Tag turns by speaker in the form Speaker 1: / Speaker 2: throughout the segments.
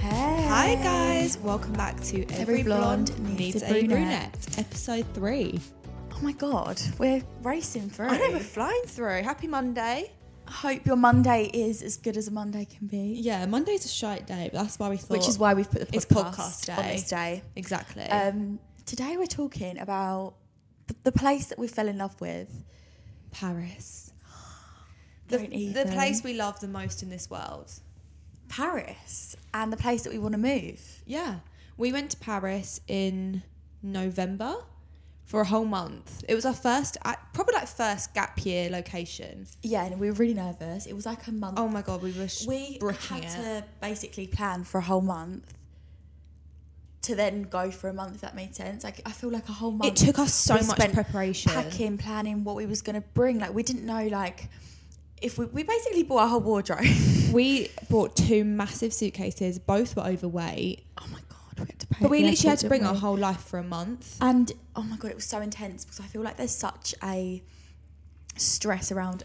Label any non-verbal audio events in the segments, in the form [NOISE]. Speaker 1: Hey.
Speaker 2: Hi guys, welcome back to Every, Blonde, Needs, a brunette. episode three.
Speaker 1: Oh my god, we're racing through.
Speaker 2: I know we're flying through. Happy Monday.
Speaker 1: Hope your Monday is as good as a Monday can be.
Speaker 2: Yeah, Monday's a shite day, but that's why we thought.
Speaker 1: Which is why we've put the podcast,
Speaker 2: it's podcast day.
Speaker 1: on this day.
Speaker 2: Exactly.
Speaker 1: Um, today we're talking about the, the place that we fell in love with.
Speaker 2: Paris, the,
Speaker 1: The, Don't
Speaker 2: the
Speaker 1: even.
Speaker 2: place we love the most in this world.
Speaker 1: Paris and the place that we want to move.
Speaker 2: Yeah, we went to Paris in November for a whole month. It was our first, uh, probably like first gap year location.
Speaker 1: Yeah, and we were really nervous. It was like a month.
Speaker 2: Oh my god, we were sh-
Speaker 1: we
Speaker 2: bricking
Speaker 1: had
Speaker 2: it.
Speaker 1: to basically plan for a whole month to then go for a month if that made sense like i feel like a whole month
Speaker 2: took us so
Speaker 1: we
Speaker 2: much
Speaker 1: spent
Speaker 2: preparation.
Speaker 1: packing planning what we was going to bring like we didn't know like if we, we basically bought our whole
Speaker 2: [LAUGHS]
Speaker 1: wardrobe Oh
Speaker 2: We bought two massive suitcases. Both were overweight.
Speaker 1: oh my god we had to pay
Speaker 2: But we
Speaker 1: the
Speaker 2: literally had
Speaker 1: airport,
Speaker 2: to bring
Speaker 1: didn't
Speaker 2: our
Speaker 1: we?
Speaker 2: whole life for a month.
Speaker 1: and oh my god it was so intense because i feel like there's such a stress around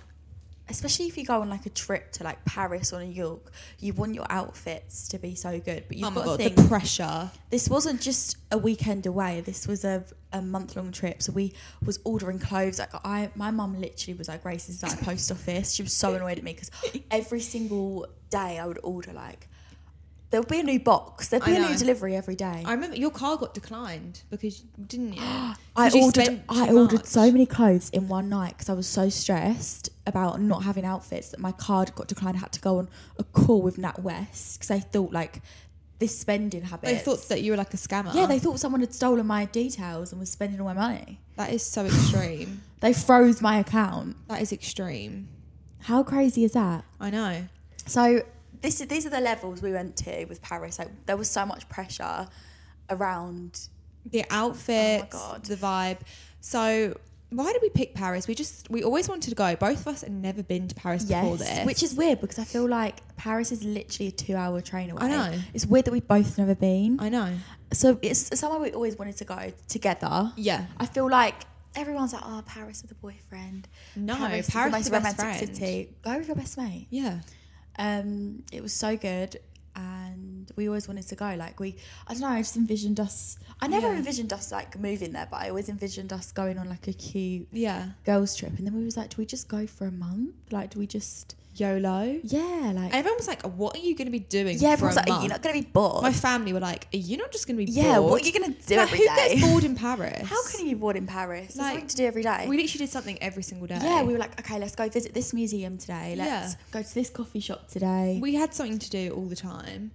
Speaker 1: especially if you go on like a trip to like paris or new york you want your outfits to be so good but you've
Speaker 2: oh my
Speaker 1: got
Speaker 2: god,
Speaker 1: to think
Speaker 2: the pressure.
Speaker 1: this wasn't just a weekend away. This was a, a month long trip. So we was ordering clothes. Like I, my mum literally was like racing to the post office. She was so annoyed at me because every single day I would order like there'll be a new box. There'll be
Speaker 2: I
Speaker 1: a new
Speaker 2: know.
Speaker 1: delivery every day.
Speaker 2: I remember your car got declined because you- didn't [GASPS] you?
Speaker 1: I
Speaker 2: 'Cause you
Speaker 1: ordered
Speaker 2: spent
Speaker 1: I
Speaker 2: too
Speaker 1: ordered
Speaker 2: much.
Speaker 1: so many clothes in one night because I was so stressed about not having outfits that my card got declined. I had to go on a call with Nat West because they thought like this spending habit.
Speaker 2: They thought that you were like a scammer.
Speaker 1: yeah, they thought someone had stolen my details and was spending all my money.
Speaker 2: that is so
Speaker 1: [SIGHS]
Speaker 2: extreme.
Speaker 1: They froze my account.
Speaker 2: that is extreme.
Speaker 1: How crazy is that?
Speaker 2: I know.
Speaker 1: So this is, these are the levels we went to with Paris. Like there was so much pressure around.
Speaker 2: The outfits,
Speaker 1: Oh God.
Speaker 2: the vibe. So why did we pick Paris? We just we always wanted to go. Both of us had never been to Paris before this.
Speaker 1: which is weird because I feel like Paris is literally a two-hour train away.
Speaker 2: I know.
Speaker 1: It's weird that we've both never been.
Speaker 2: I know.
Speaker 1: So it's somewhere we always wanted to go together.
Speaker 2: Yeah.
Speaker 1: I feel like everyone's like, "Oh, Paris with a boyfriend."
Speaker 2: No,
Speaker 1: Paris,
Speaker 2: Paris
Speaker 1: is
Speaker 2: with
Speaker 1: the
Speaker 2: your
Speaker 1: most
Speaker 2: best
Speaker 1: romantic
Speaker 2: friend.
Speaker 1: city. Go with your best mate.
Speaker 2: Yeah.
Speaker 1: Um, it was so good, and we always wanted to go. Like we, I don't know, I just envisioned us. I never envisioned us like moving there, but I always envisioned us going on like a cute
Speaker 2: Yeah.
Speaker 1: girls trip. And then we was like, do we just go for a month? Like, do we just?
Speaker 2: YOLO.
Speaker 1: Yeah, like
Speaker 2: Everyone was like, "What are you going to be doing?"
Speaker 1: yeah.
Speaker 2: for a
Speaker 1: Everyone's like,
Speaker 2: month?
Speaker 1: you're not gonna be bored. [LAUGHS]
Speaker 2: My family were like, "Are you not just going to be
Speaker 1: yeah,
Speaker 2: bored?"
Speaker 1: what are you gonna do
Speaker 2: Like,
Speaker 1: every
Speaker 2: who
Speaker 1: day?
Speaker 2: gets bored in
Speaker 1: [LAUGHS]
Speaker 2: Paris?
Speaker 1: How can you be bored in Paris? There's
Speaker 2: Like,
Speaker 1: something to do every day.
Speaker 2: We literally did something every single day.
Speaker 1: yeah, we were like, okay, let's go visit this museum today. Let's
Speaker 2: Yeah.
Speaker 1: go to this coffee shop today.
Speaker 2: we had something to do all
Speaker 1: [SIGHS]
Speaker 2: the time.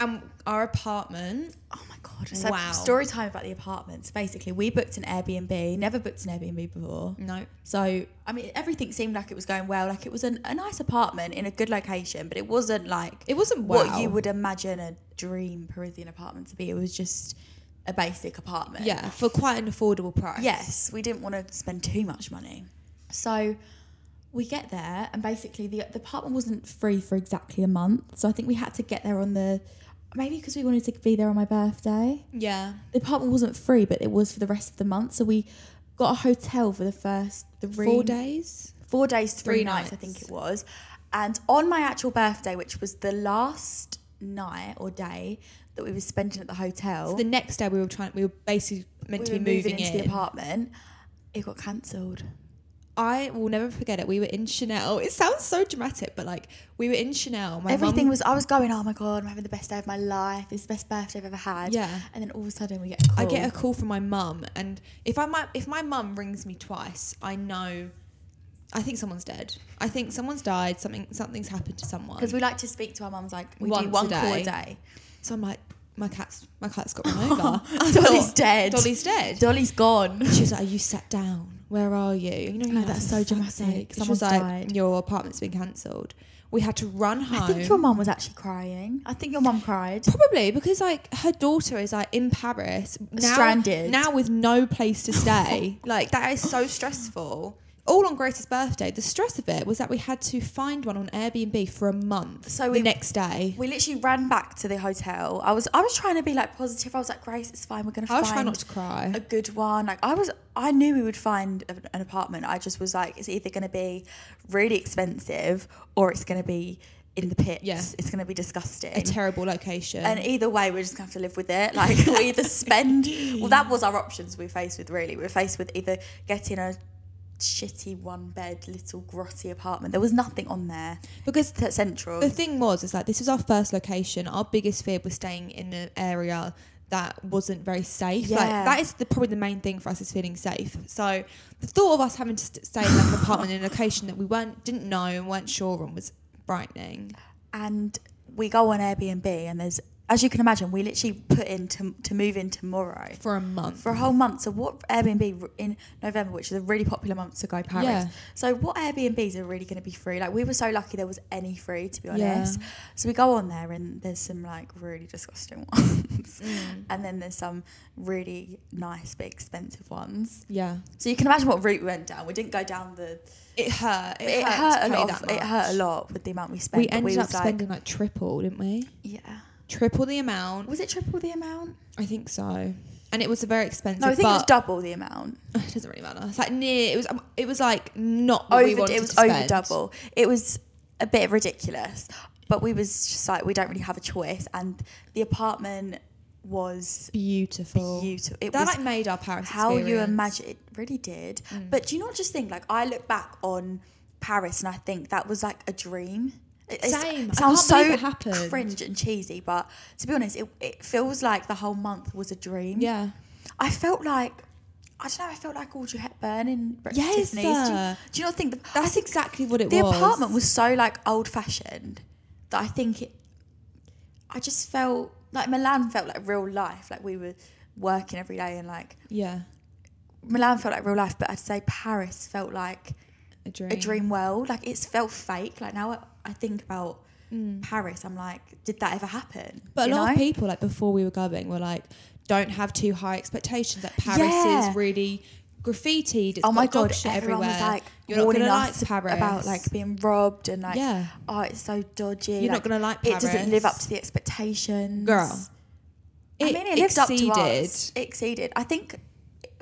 Speaker 2: And our apartment,
Speaker 1: Oh my god! So
Speaker 2: Wow.
Speaker 1: Story time about the apartments. Basically, we booked an Airbnb. Never booked an Airbnb before.
Speaker 2: no,
Speaker 1: So I mean, everything seemed like it was going well. Like it was an, a nice apartment in a good location, but it wasn't like
Speaker 2: It wasn't wow.
Speaker 1: what you would imagine a dream Parisian apartment to be. It was just a basic apartment.
Speaker 2: yeah, for quite an affordable price.
Speaker 1: Yes, we didn't want to spend too much money. So we get there, and basically the the apartment wasn't free for exactly a month. So I think we had to get there on the maybe because we wanted to be there on my birthday.
Speaker 2: yeah,
Speaker 1: The apartment wasn't free, but it was for the rest of the month. So we got a hotel for the first three
Speaker 2: four days.
Speaker 1: four days, three,
Speaker 2: Three
Speaker 1: nights, I
Speaker 2: nights.
Speaker 1: think it was. And on my actual birthday, which was the last night or day that we were spending at the hotel.
Speaker 2: So the next day we were trying. We were basically meant
Speaker 1: we
Speaker 2: to be
Speaker 1: were
Speaker 2: moving,
Speaker 1: into
Speaker 2: in.
Speaker 1: the apartment. It got cancelled.
Speaker 2: I will never forget it. We were in Chanel. It sounds so dramatic, but like we were in Chanel. My
Speaker 1: Everything
Speaker 2: mum-
Speaker 1: was. I was going. Oh my god! I'm having the best day of my life. This is the best birthday I've ever had.
Speaker 2: Yeah.
Speaker 1: And then all of a sudden we get. A call.
Speaker 2: I get a call from my mum, and if I might, if my mum rings me twice, I know. I think someone's dead. I think someone's died. Something something's happened to someone.
Speaker 1: because we like to speak to our mums like we
Speaker 2: Once
Speaker 1: do
Speaker 2: a
Speaker 1: one call a
Speaker 2: day.
Speaker 1: day.
Speaker 2: so I'm like, my cat's my cat's
Speaker 1: [LAUGHS]
Speaker 2: got run over. I [LAUGHS]
Speaker 1: Dolly's
Speaker 2: thought,
Speaker 1: dead.
Speaker 2: Dolly's dead.
Speaker 1: Dolly's gone.
Speaker 2: she was like, "Are you sat down? Where are you?" You know, you're
Speaker 1: know,
Speaker 2: like,
Speaker 1: that's
Speaker 2: "For
Speaker 1: so
Speaker 2: fuck's
Speaker 1: dramatic.
Speaker 2: sake." She
Speaker 1: Someone's
Speaker 2: was like,
Speaker 1: died.
Speaker 2: "Your apartment's been cancelled." We had to run home.
Speaker 1: I think your mum was actually crying. I think your mum cried.
Speaker 2: Probably because like her daughter is like in Paris now,
Speaker 1: Stranded.
Speaker 2: now with no place to stay. [LAUGHS] like that is so stressful. All on Grace's birthday, the stress of it was that we had to find one on Airbnb for a month.
Speaker 1: So
Speaker 2: So the
Speaker 1: we-
Speaker 2: next day,
Speaker 1: We literally ran back to the hotel. I was I was trying to be like positive. I was like, Grace, it's fine. We're gonna.
Speaker 2: I was
Speaker 1: find
Speaker 2: trying not to cry.
Speaker 1: A good one. Like I was, I knew we would find an- an apartment. I just was like, it's either gonna be really expensive or it's gonna be in the pits.
Speaker 2: Yeah.
Speaker 1: It's gonna be disgusting.
Speaker 2: a terrible location.
Speaker 1: and either way, we're just gonna have to live with
Speaker 2: [LAUGHS]
Speaker 1: it. Like we either spend. Well, that was our options we were faced with. Really, we were faced with either getting a shitty one bed little grotty apartment. There was nothing on there.
Speaker 2: because
Speaker 1: That's central.
Speaker 2: the thing was, is like this was our first location. Our biggest fear was staying in an area that wasn't very safe. Like
Speaker 1: Yeah.
Speaker 2: that is the probably the main thing for us is feeling safe. So the thought of us having to st- stay in like, an apartment in a location that we weren't didn't know and weren't sure on was frightening.
Speaker 1: and we go on Airbnb and there's as you can imagine we literally put in to, to move in tomorrow
Speaker 2: For a month.
Speaker 1: for a whole month so what Airbnb in November which is a really popular month to go Paris
Speaker 2: Yeah.
Speaker 1: so what Airbnbs are really going to be free like we were so lucky there was any free to be
Speaker 2: Yeah.
Speaker 1: honest so we go on there and there's some like really disgusting [LAUGHS] ones and then there's some really nice but expensive ones
Speaker 2: yeah.
Speaker 1: so you can imagine what route we went down we didn't go down the
Speaker 2: It hurt. It,
Speaker 1: it
Speaker 2: hurt,
Speaker 1: hurt,
Speaker 2: to
Speaker 1: a
Speaker 2: pay
Speaker 1: lot
Speaker 2: that
Speaker 1: of, it hurt a
Speaker 2: much.
Speaker 1: lot with the amount we spent
Speaker 2: We
Speaker 1: but
Speaker 2: ended
Speaker 1: we
Speaker 2: up
Speaker 1: was like,
Speaker 2: spending like triple, didn't we?
Speaker 1: yeah
Speaker 2: Triple the amount.
Speaker 1: was it triple the amount
Speaker 2: I think so. And it was a very expensive.
Speaker 1: No, I think it was
Speaker 2: but-
Speaker 1: double the amount.
Speaker 2: [SIGHS] It doesn't really matter. It's like near. It was. um, It was like not. What
Speaker 1: Over,
Speaker 2: we wanted
Speaker 1: it was
Speaker 2: to
Speaker 1: over
Speaker 2: spend.
Speaker 1: double. It was a bit ridiculous, but we was just like we don't really have a choice, and the apartment was
Speaker 2: Beautiful.
Speaker 1: beautiful. It
Speaker 2: that
Speaker 1: was
Speaker 2: like made our Paris
Speaker 1: how you
Speaker 2: experience. Mm.
Speaker 1: imagine it really did. But do you not just think like I look back on Paris and I think that was like a dream. It, it's-
Speaker 2: Same.
Speaker 1: It
Speaker 2: I
Speaker 1: sounds
Speaker 2: can't
Speaker 1: so
Speaker 2: believe it happened.
Speaker 1: cringe and cheesy, but to be honest, it, it feels like the whole month was a dream.
Speaker 2: Yeah.
Speaker 1: I felt like I don't know. I felt like Audrey Hepburn in Breakfast at
Speaker 2: Yes,
Speaker 1: Tiffany's. Do you,
Speaker 2: uh,
Speaker 1: do you not think that,
Speaker 2: That's exactly what it
Speaker 1: the
Speaker 2: was.
Speaker 1: apartment was so like old fashioned that I think it? I just felt like Milan felt like real life. Like we were working every day and like
Speaker 2: Yeah.
Speaker 1: Milan felt like real life, but I'd say Paris felt like
Speaker 2: A dream.
Speaker 1: a dream world. Like it's felt fake. Like now I, I think about Paris, I'm like, did that ever happen?
Speaker 2: Mm. But a
Speaker 1: You
Speaker 2: lot of
Speaker 1: know?
Speaker 2: people, like before we were going, were like, "Don't have too high expectations." Like Paris
Speaker 1: Yeah.
Speaker 2: is really graffitied. It's
Speaker 1: oh my
Speaker 2: got dog
Speaker 1: god,
Speaker 2: shit
Speaker 1: everyone
Speaker 2: everywhere.
Speaker 1: was like
Speaker 2: You're not
Speaker 1: warning
Speaker 2: gonna
Speaker 1: us
Speaker 2: like Paris
Speaker 1: about like being robbed and like
Speaker 2: Yeah.
Speaker 1: oh it's so dodgy.
Speaker 2: You're not gonna like
Speaker 1: It doesn't live up
Speaker 2: Paris.
Speaker 1: to the expectations.
Speaker 2: girl.
Speaker 1: I
Speaker 2: It
Speaker 1: mean, it lived up to
Speaker 2: exceeded.
Speaker 1: us. It exceeded. I think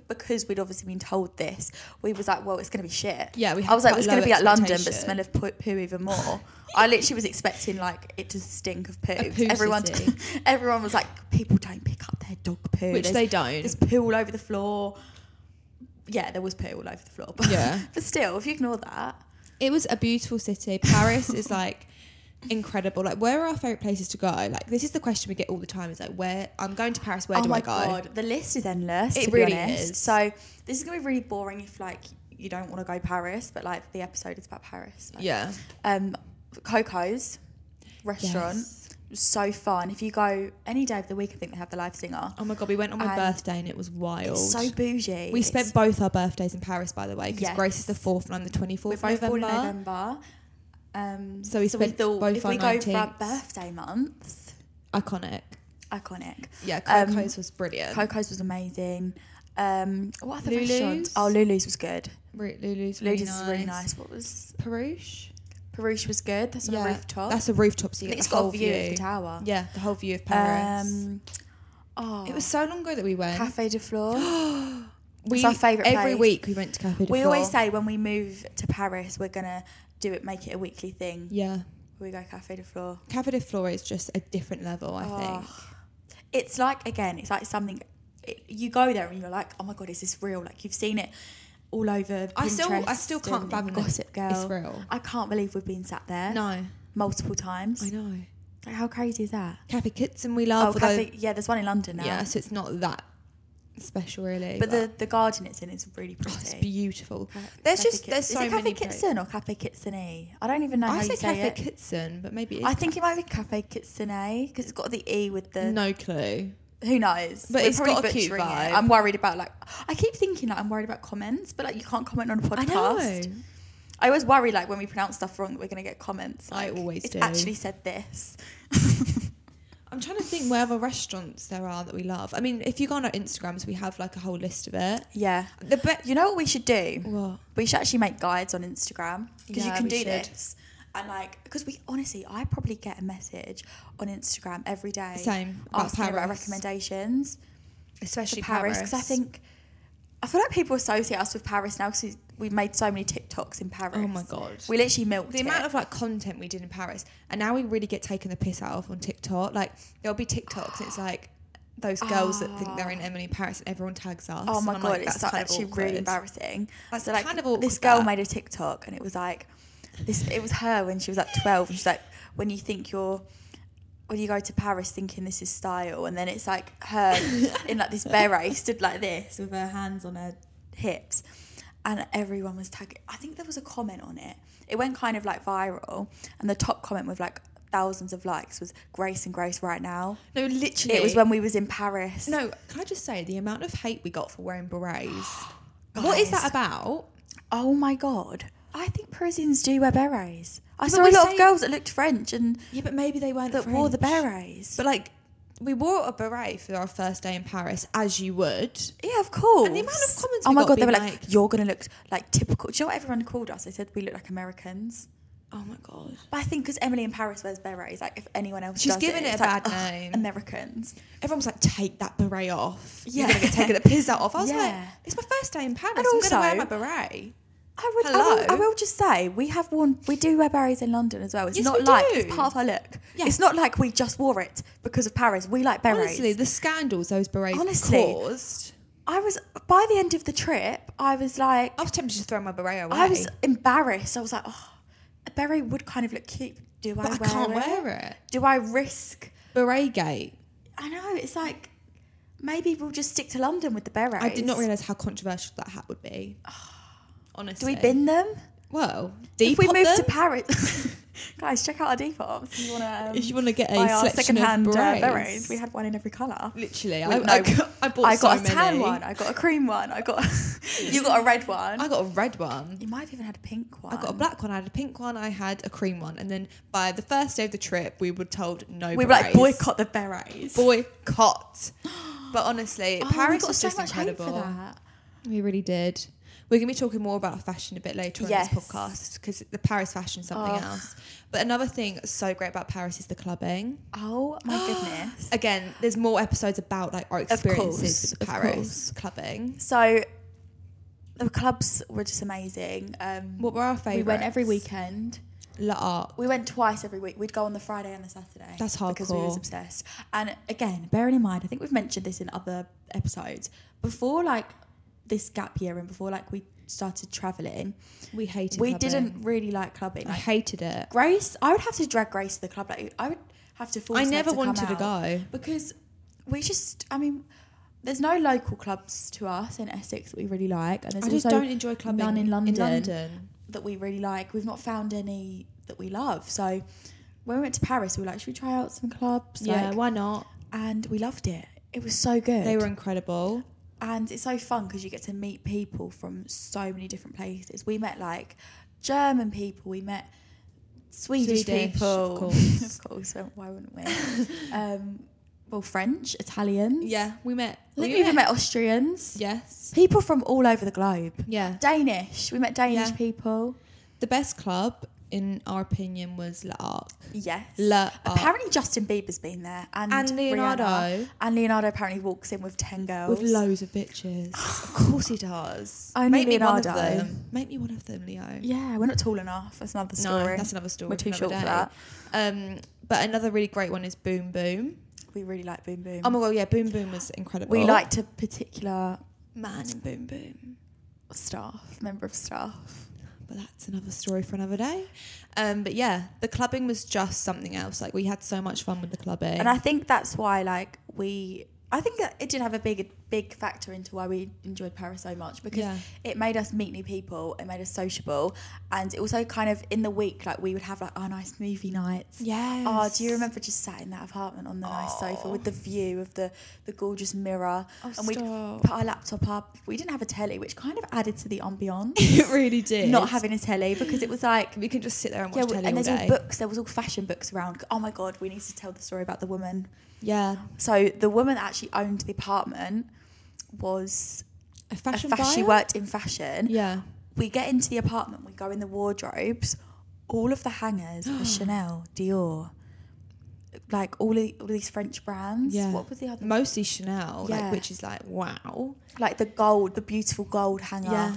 Speaker 1: because we'd obviously been told this, we was like, well, it's gonna be shit.
Speaker 2: Yeah, we
Speaker 1: I was like,
Speaker 2: had
Speaker 1: well, it's
Speaker 2: quite
Speaker 1: gonna
Speaker 2: low
Speaker 1: be like London, but
Speaker 2: expectation.
Speaker 1: smell of poo, poo even more. I literally was expecting like it to stink of poo.
Speaker 2: poo
Speaker 1: everyone,
Speaker 2: city.
Speaker 1: [LAUGHS] everyone was like, people don't pick up their dog poo,
Speaker 2: Which
Speaker 1: There's-
Speaker 2: they don't.
Speaker 1: There's poo all over the floor. Yeah, there was poo all over the floor, [LAUGHS] but
Speaker 2: Yeah.
Speaker 1: but still, if you ignore that,
Speaker 2: It was a beautiful city. Paris is like incredible. Like, where are our favorite places to go? Like, this is the question we get all the time. Is like, where I'm going to Paris. Where
Speaker 1: oh
Speaker 2: do
Speaker 1: my
Speaker 2: I go?
Speaker 1: god, the list is endless.
Speaker 2: It
Speaker 1: to be
Speaker 2: really
Speaker 1: honest.
Speaker 2: is.
Speaker 1: So this is gonna be really boring if like you don't want to go Paris, but like the episode is about Paris. Like,
Speaker 2: Yeah.
Speaker 1: Um, Coco's restaurant
Speaker 2: Yes.
Speaker 1: was so fun. If you go any day of the week, I think they have the live singer.
Speaker 2: Oh my god, we went on my
Speaker 1: And
Speaker 2: birthday and it was wild.
Speaker 1: it's so bougie.
Speaker 2: we
Speaker 1: It's-
Speaker 2: spent both our birthdays in Paris, by the way, because
Speaker 1: Yes.
Speaker 2: Grace is the fourth and I'm the 24th
Speaker 1: we're both born
Speaker 2: November.
Speaker 1: in November. Um,
Speaker 2: So we spent both
Speaker 1: if
Speaker 2: our
Speaker 1: we go for our
Speaker 2: 19th.
Speaker 1: birthday months,
Speaker 2: Iconic.
Speaker 1: iconic.
Speaker 2: Yeah,
Speaker 1: Um,
Speaker 2: Coco's was brilliant.
Speaker 1: Coco's was amazing. Um, what other
Speaker 2: Lulu's?
Speaker 1: restaurants? Oh, Lulu's was good.
Speaker 2: Re- Lulu's, really
Speaker 1: Lulu's
Speaker 2: nice.
Speaker 1: was really nice. What was
Speaker 2: Peruche.
Speaker 1: Peruche was good. That's on a rooftop. Um,
Speaker 2: That's a rooftop, so you
Speaker 1: And
Speaker 2: get
Speaker 1: it's
Speaker 2: the
Speaker 1: got a
Speaker 2: whole
Speaker 1: view of the tower.
Speaker 2: Yeah, the whole view of Paris.
Speaker 1: Um, oh,
Speaker 2: it was so long ago that we went.
Speaker 1: Cafe de
Speaker 2: [GASPS]
Speaker 1: Flore.
Speaker 2: we,
Speaker 1: our favourite
Speaker 2: Every
Speaker 1: place.
Speaker 2: week we went to Cafe de
Speaker 1: we
Speaker 2: Flore.
Speaker 1: always say when we move to Paris, we're gonna do it, make it a weekly thing.
Speaker 2: Yeah.
Speaker 1: We go Cafe de Flore. Oh,
Speaker 2: Cafe de Flore is just a different level, I think.
Speaker 1: it's like again, it's like something it, you go there and you're like, oh my god, is this real? Like you've seen it all over.
Speaker 2: I still- I
Speaker 1: Pinterest
Speaker 2: still can't
Speaker 1: and
Speaker 2: fathom that
Speaker 1: Gossip Girl.
Speaker 2: it's real.
Speaker 1: I can't believe we've been sat there.
Speaker 2: No.
Speaker 1: multiple times.
Speaker 2: I know.
Speaker 1: Like, how crazy is that?
Speaker 2: Kathy Kitson, we love.
Speaker 1: oh,
Speaker 2: although-
Speaker 1: Cafe, yeah, there's one in London now.
Speaker 2: Yeah, so it's not that special, really.
Speaker 1: but the the garden it's in is really pretty.
Speaker 2: oh, it's beautiful. There's
Speaker 1: Cafe
Speaker 2: just
Speaker 1: Kit-
Speaker 2: there's
Speaker 1: is
Speaker 2: so
Speaker 1: it Cafe
Speaker 2: many. places.
Speaker 1: Kitson or Cafe Kitsune? I don't even know how
Speaker 2: I
Speaker 1: you
Speaker 2: say
Speaker 1: say
Speaker 2: Cafe
Speaker 1: it.
Speaker 2: Kitson, but maybe it is
Speaker 1: I think
Speaker 2: Ca-
Speaker 1: it might be Cafe Kitsune because it's got the e with the
Speaker 2: no clue.
Speaker 1: Who knows?
Speaker 2: But it's
Speaker 1: probably
Speaker 2: got a cute
Speaker 1: butchering it.
Speaker 2: vibe.
Speaker 1: I'm worried about like I keep thinking like I'm worried about comments, but like you can't comment on a
Speaker 2: I
Speaker 1: podcast.
Speaker 2: know.
Speaker 1: I always worry like when we pronounce stuff wrong that we're gonna get comments.
Speaker 2: I
Speaker 1: like,
Speaker 2: always
Speaker 1: it's
Speaker 2: do.
Speaker 1: Actually said this.
Speaker 2: I'm trying to think where other restaurants there are that we love. I mean, if you go on our Instagrams, we have like a whole list of it.
Speaker 1: Yeah.
Speaker 2: The bet
Speaker 1: You know what we should do?
Speaker 2: What?
Speaker 1: We should actually make guides on Instagram because
Speaker 2: Yeah,
Speaker 1: you can
Speaker 2: we
Speaker 1: do
Speaker 2: should.
Speaker 1: this. And like, because we honestly, I probably get a message on Instagram every day.
Speaker 2: Same, about
Speaker 1: asking about
Speaker 2: Paris.
Speaker 1: recommendations,
Speaker 2: especially
Speaker 1: for Paris. Because I think I feel like people associate us with Paris now because we've made so many TikToks in Paris.
Speaker 2: Oh my God.
Speaker 1: we literally milked
Speaker 2: the
Speaker 1: it.
Speaker 2: amount of like content we did in Paris, and now we really get taken the piss out of on TikTok. Like there'll be TikToks, and it's like those girls that think they're in Emily Paris, and everyone tags us.
Speaker 1: Oh my
Speaker 2: And I'm
Speaker 1: god,
Speaker 2: like,
Speaker 1: it's
Speaker 2: that's
Speaker 1: so-
Speaker 2: kind of
Speaker 1: actually really
Speaker 2: awkward.
Speaker 1: embarrassing.
Speaker 2: That's
Speaker 1: so like
Speaker 2: kind of awkward,
Speaker 1: this girl
Speaker 2: that.
Speaker 1: made a TikTok and it was like this it was her when she was like 12 and she's like when you think you're when you go to Paris thinking this is style and then it's like
Speaker 2: [LAUGHS]
Speaker 1: her in like this beret stood like this with her hands on her hips and everyone was tagging I think there was a comment on it. It went kind of like viral and the top comment with like thousands of likes was Grace and Grace right now.
Speaker 2: No, literally,
Speaker 1: It was when we was in Paris.
Speaker 2: No, can I just say the amount of hate we got for wearing [GASPS] berets? what is that
Speaker 1: Guys.
Speaker 2: about?
Speaker 1: Oh my god. I think Parisians do wear berets. I
Speaker 2: but
Speaker 1: saw a
Speaker 2: we
Speaker 1: lot
Speaker 2: say-
Speaker 1: of girls that looked French and
Speaker 2: Yeah, but maybe they weren't
Speaker 1: that wore the
Speaker 2: French.
Speaker 1: berets.
Speaker 2: But like, we wore a beret for our first day in Paris, as you would.
Speaker 1: yeah, of course.
Speaker 2: And the amount of comments
Speaker 1: Oh
Speaker 2: we
Speaker 1: my
Speaker 2: got
Speaker 1: god, they
Speaker 2: being
Speaker 1: were like,
Speaker 2: like-
Speaker 1: "You're gonna look like typical." Do you know what everyone called us? They said we look like Americans.
Speaker 2: Oh my god.
Speaker 1: But I think because Emily in Paris wears berets, like if anyone else,
Speaker 2: She's
Speaker 1: does
Speaker 2: given it
Speaker 1: it's
Speaker 2: a
Speaker 1: like,
Speaker 2: bad
Speaker 1: "Ugh,
Speaker 2: name."
Speaker 1: Americans.
Speaker 2: Everyone's like, take that beret off. Yeah.
Speaker 1: Yeah.
Speaker 2: You're gonna get taken the piss out of. I was like,
Speaker 1: Yeah.
Speaker 2: it's my first day in Paris.
Speaker 1: And
Speaker 2: I'm gonna wear
Speaker 1: also-
Speaker 2: my beret.
Speaker 1: I would. I
Speaker 2: Hello?
Speaker 1: will, I will just say we have worn. We do wear berets in London as well. It's
Speaker 2: Yes,
Speaker 1: not
Speaker 2: we
Speaker 1: like
Speaker 2: do.
Speaker 1: it's part of our look.
Speaker 2: Yeah.
Speaker 1: It's not like we just wore it because of Paris. We like berets.
Speaker 2: Honestly, the scandals those berets
Speaker 1: Honestly.
Speaker 2: caused.
Speaker 1: I was by the end of the trip, I was like,
Speaker 2: I was tempted to throw my beret away.
Speaker 1: I was embarrassed. I was like, oh, a beret would kind of look cute. Do I
Speaker 2: but I,
Speaker 1: wear
Speaker 2: can't
Speaker 1: it?
Speaker 2: wear it.
Speaker 1: Do I risk?
Speaker 2: Beret gate.
Speaker 1: I know it's like maybe we'll just stick to London with the berets.
Speaker 2: I did not realise how controversial that hat would be. [SIGHS] Honestly.
Speaker 1: Do we bin them?
Speaker 2: Well,
Speaker 1: if we
Speaker 2: Depop
Speaker 1: move to
Speaker 2: them?
Speaker 1: Paris, [LAUGHS] guys, check out our Depop if you want to.
Speaker 2: If you wanna get a
Speaker 1: buy our
Speaker 2: selection of
Speaker 1: secondhand uh,
Speaker 2: berets.
Speaker 1: berets, we had one in every colour.
Speaker 2: Literally,
Speaker 1: Well,
Speaker 2: I, I,
Speaker 1: no,
Speaker 2: got, I bought
Speaker 1: I got
Speaker 2: so
Speaker 1: a tan
Speaker 2: many.
Speaker 1: one. I got a cream one. I got. [LAUGHS] you got a red one.
Speaker 2: I got a red one.
Speaker 1: you might have even had a pink one.
Speaker 2: I got a black one, I had a pink one, I had a cream one. And then by the first day of the trip, we were told no
Speaker 1: We were like
Speaker 2: berets.
Speaker 1: boycott the berets. [GASPS]
Speaker 2: Boycott. But honestly,
Speaker 1: Oh, we
Speaker 2: Paris
Speaker 1: got
Speaker 2: was
Speaker 1: so
Speaker 2: just
Speaker 1: much hate for
Speaker 2: incredible.
Speaker 1: that.
Speaker 2: We really did. We're going to be talking more about fashion a bit later on
Speaker 1: Yes.
Speaker 2: this podcast because the Paris fashion is something
Speaker 1: Oh.
Speaker 2: else. But another thing that's so great about Paris is the clubbing.
Speaker 1: Oh my goodness.
Speaker 2: Again, there's more episodes about like our
Speaker 1: course,
Speaker 2: experiences with
Speaker 1: of
Speaker 2: Paris clubbing.
Speaker 1: [GASPS] So the clubs were just amazing. Um,
Speaker 2: What were our
Speaker 1: we
Speaker 2: favourites?
Speaker 1: went every weekend.
Speaker 2: La Art.
Speaker 1: We went twice every week. We'd go on the Friday and the Saturday.
Speaker 2: That's
Speaker 1: Because we was
Speaker 2: hardcore.
Speaker 1: obsessed. And again, bearing in mind, I think we've mentioned this in other episodes. Before like this gap year and before like we started travelling,
Speaker 2: We hated
Speaker 1: we
Speaker 2: clubbing.
Speaker 1: didn't really like clubbing.
Speaker 2: I
Speaker 1: Like,
Speaker 2: hated it.
Speaker 1: Grace, I would have to drag Grace to the club. Like I would have to force.
Speaker 2: I
Speaker 1: her
Speaker 2: never
Speaker 1: to come
Speaker 2: wanted to
Speaker 1: out
Speaker 2: go.
Speaker 1: because we just. I mean, there's no local clubs to us in Essex that we really like, and there's
Speaker 2: I just
Speaker 1: also
Speaker 2: don't enjoy clubbing
Speaker 1: none in
Speaker 2: in
Speaker 1: London,
Speaker 2: London.
Speaker 1: that we really like. We've not found any that we love. So when we went to Paris, we were like, should we try out some clubs? Like,
Speaker 2: why not?
Speaker 1: and we loved it. It was so good.
Speaker 2: They were incredible.
Speaker 1: and it's so fun because you get to meet people from so many different places. We met like German people, we met Swedish,
Speaker 2: Swedish,
Speaker 1: people, [LAUGHS]
Speaker 2: of course.
Speaker 1: Of course, so why wouldn't we? um, well, French, Italians.
Speaker 2: Yeah, we met.
Speaker 1: I think we [LAUGHS] even met Austrians.
Speaker 2: Yes.
Speaker 1: People from all over the globe.
Speaker 2: Yeah.
Speaker 1: Danish. We met Danish
Speaker 2: Yeah.
Speaker 1: people.
Speaker 2: The best club, in our opinion, was La Arc.
Speaker 1: Yes.
Speaker 2: La ah.
Speaker 1: apparently Justin Bieber's been there and,
Speaker 2: And Leonardo.
Speaker 1: Rihanna. and Leonardo apparently walks in with ten girls.
Speaker 2: With loads of bitches. [GASPS] of course he does.
Speaker 1: Only
Speaker 2: Make me one of
Speaker 1: Leonardo.
Speaker 2: them. Make me one of them, Leo.
Speaker 1: yeah, we're not tall enough. That's another
Speaker 2: No,
Speaker 1: story.
Speaker 2: that's another story.
Speaker 1: We're too
Speaker 2: another
Speaker 1: short for
Speaker 2: day.
Speaker 1: that.
Speaker 2: Um, but another really great one is Boom Boom.
Speaker 1: we really like Boom Boom.
Speaker 2: Oh my god, yeah, Boom Boom was incredible.
Speaker 1: we liked a particular
Speaker 2: Man in Boom Boom,
Speaker 1: staff member of staff.
Speaker 2: but that's another story for another day. Um, but yeah, the clubbing was just something else. Like we had so much fun with the clubbing.
Speaker 1: And I think that's why, like, we. I think that it did have a big, big factor into why we enjoyed Paris so much because
Speaker 2: Yeah.
Speaker 1: it made us meet new people, it made us sociable, and it also kind of in the week like we would have like our nice movie nights.
Speaker 2: Yes.
Speaker 1: Oh, do you remember just sat in that apartment on the nice sofa with the view of the the gorgeous mirror,
Speaker 2: Oh,
Speaker 1: and we
Speaker 2: stop.
Speaker 1: put our laptop up. We didn't have a telly, which kind of added to the
Speaker 2: [LAUGHS]
Speaker 1: ambiance.
Speaker 2: [LAUGHS] it really did.
Speaker 1: Not having a telly because it was like
Speaker 2: we can just sit there and watch
Speaker 1: yeah,
Speaker 2: telly
Speaker 1: and
Speaker 2: all
Speaker 1: there's
Speaker 2: day.
Speaker 1: all books. There was all fashion books around. Oh my god, we need to tell the story about the woman.
Speaker 2: yeah,
Speaker 1: So the woman that actually owned the apartment was
Speaker 2: a
Speaker 1: a
Speaker 2: fashion.
Speaker 1: fashion. She
Speaker 2: buyer?
Speaker 1: worked in fashion.
Speaker 2: Yeah.
Speaker 1: We get into the apartment. We go in the wardrobes. All of the hangers
Speaker 2: [GASPS]
Speaker 1: are Chanel, Dior, like all of, all these French brands.
Speaker 2: Yeah.
Speaker 1: What was the other?
Speaker 2: Mostly Chanel,
Speaker 1: Yeah.
Speaker 2: like, which is like wow.
Speaker 1: like the gold, the beautiful gold hanger.
Speaker 2: Yeah.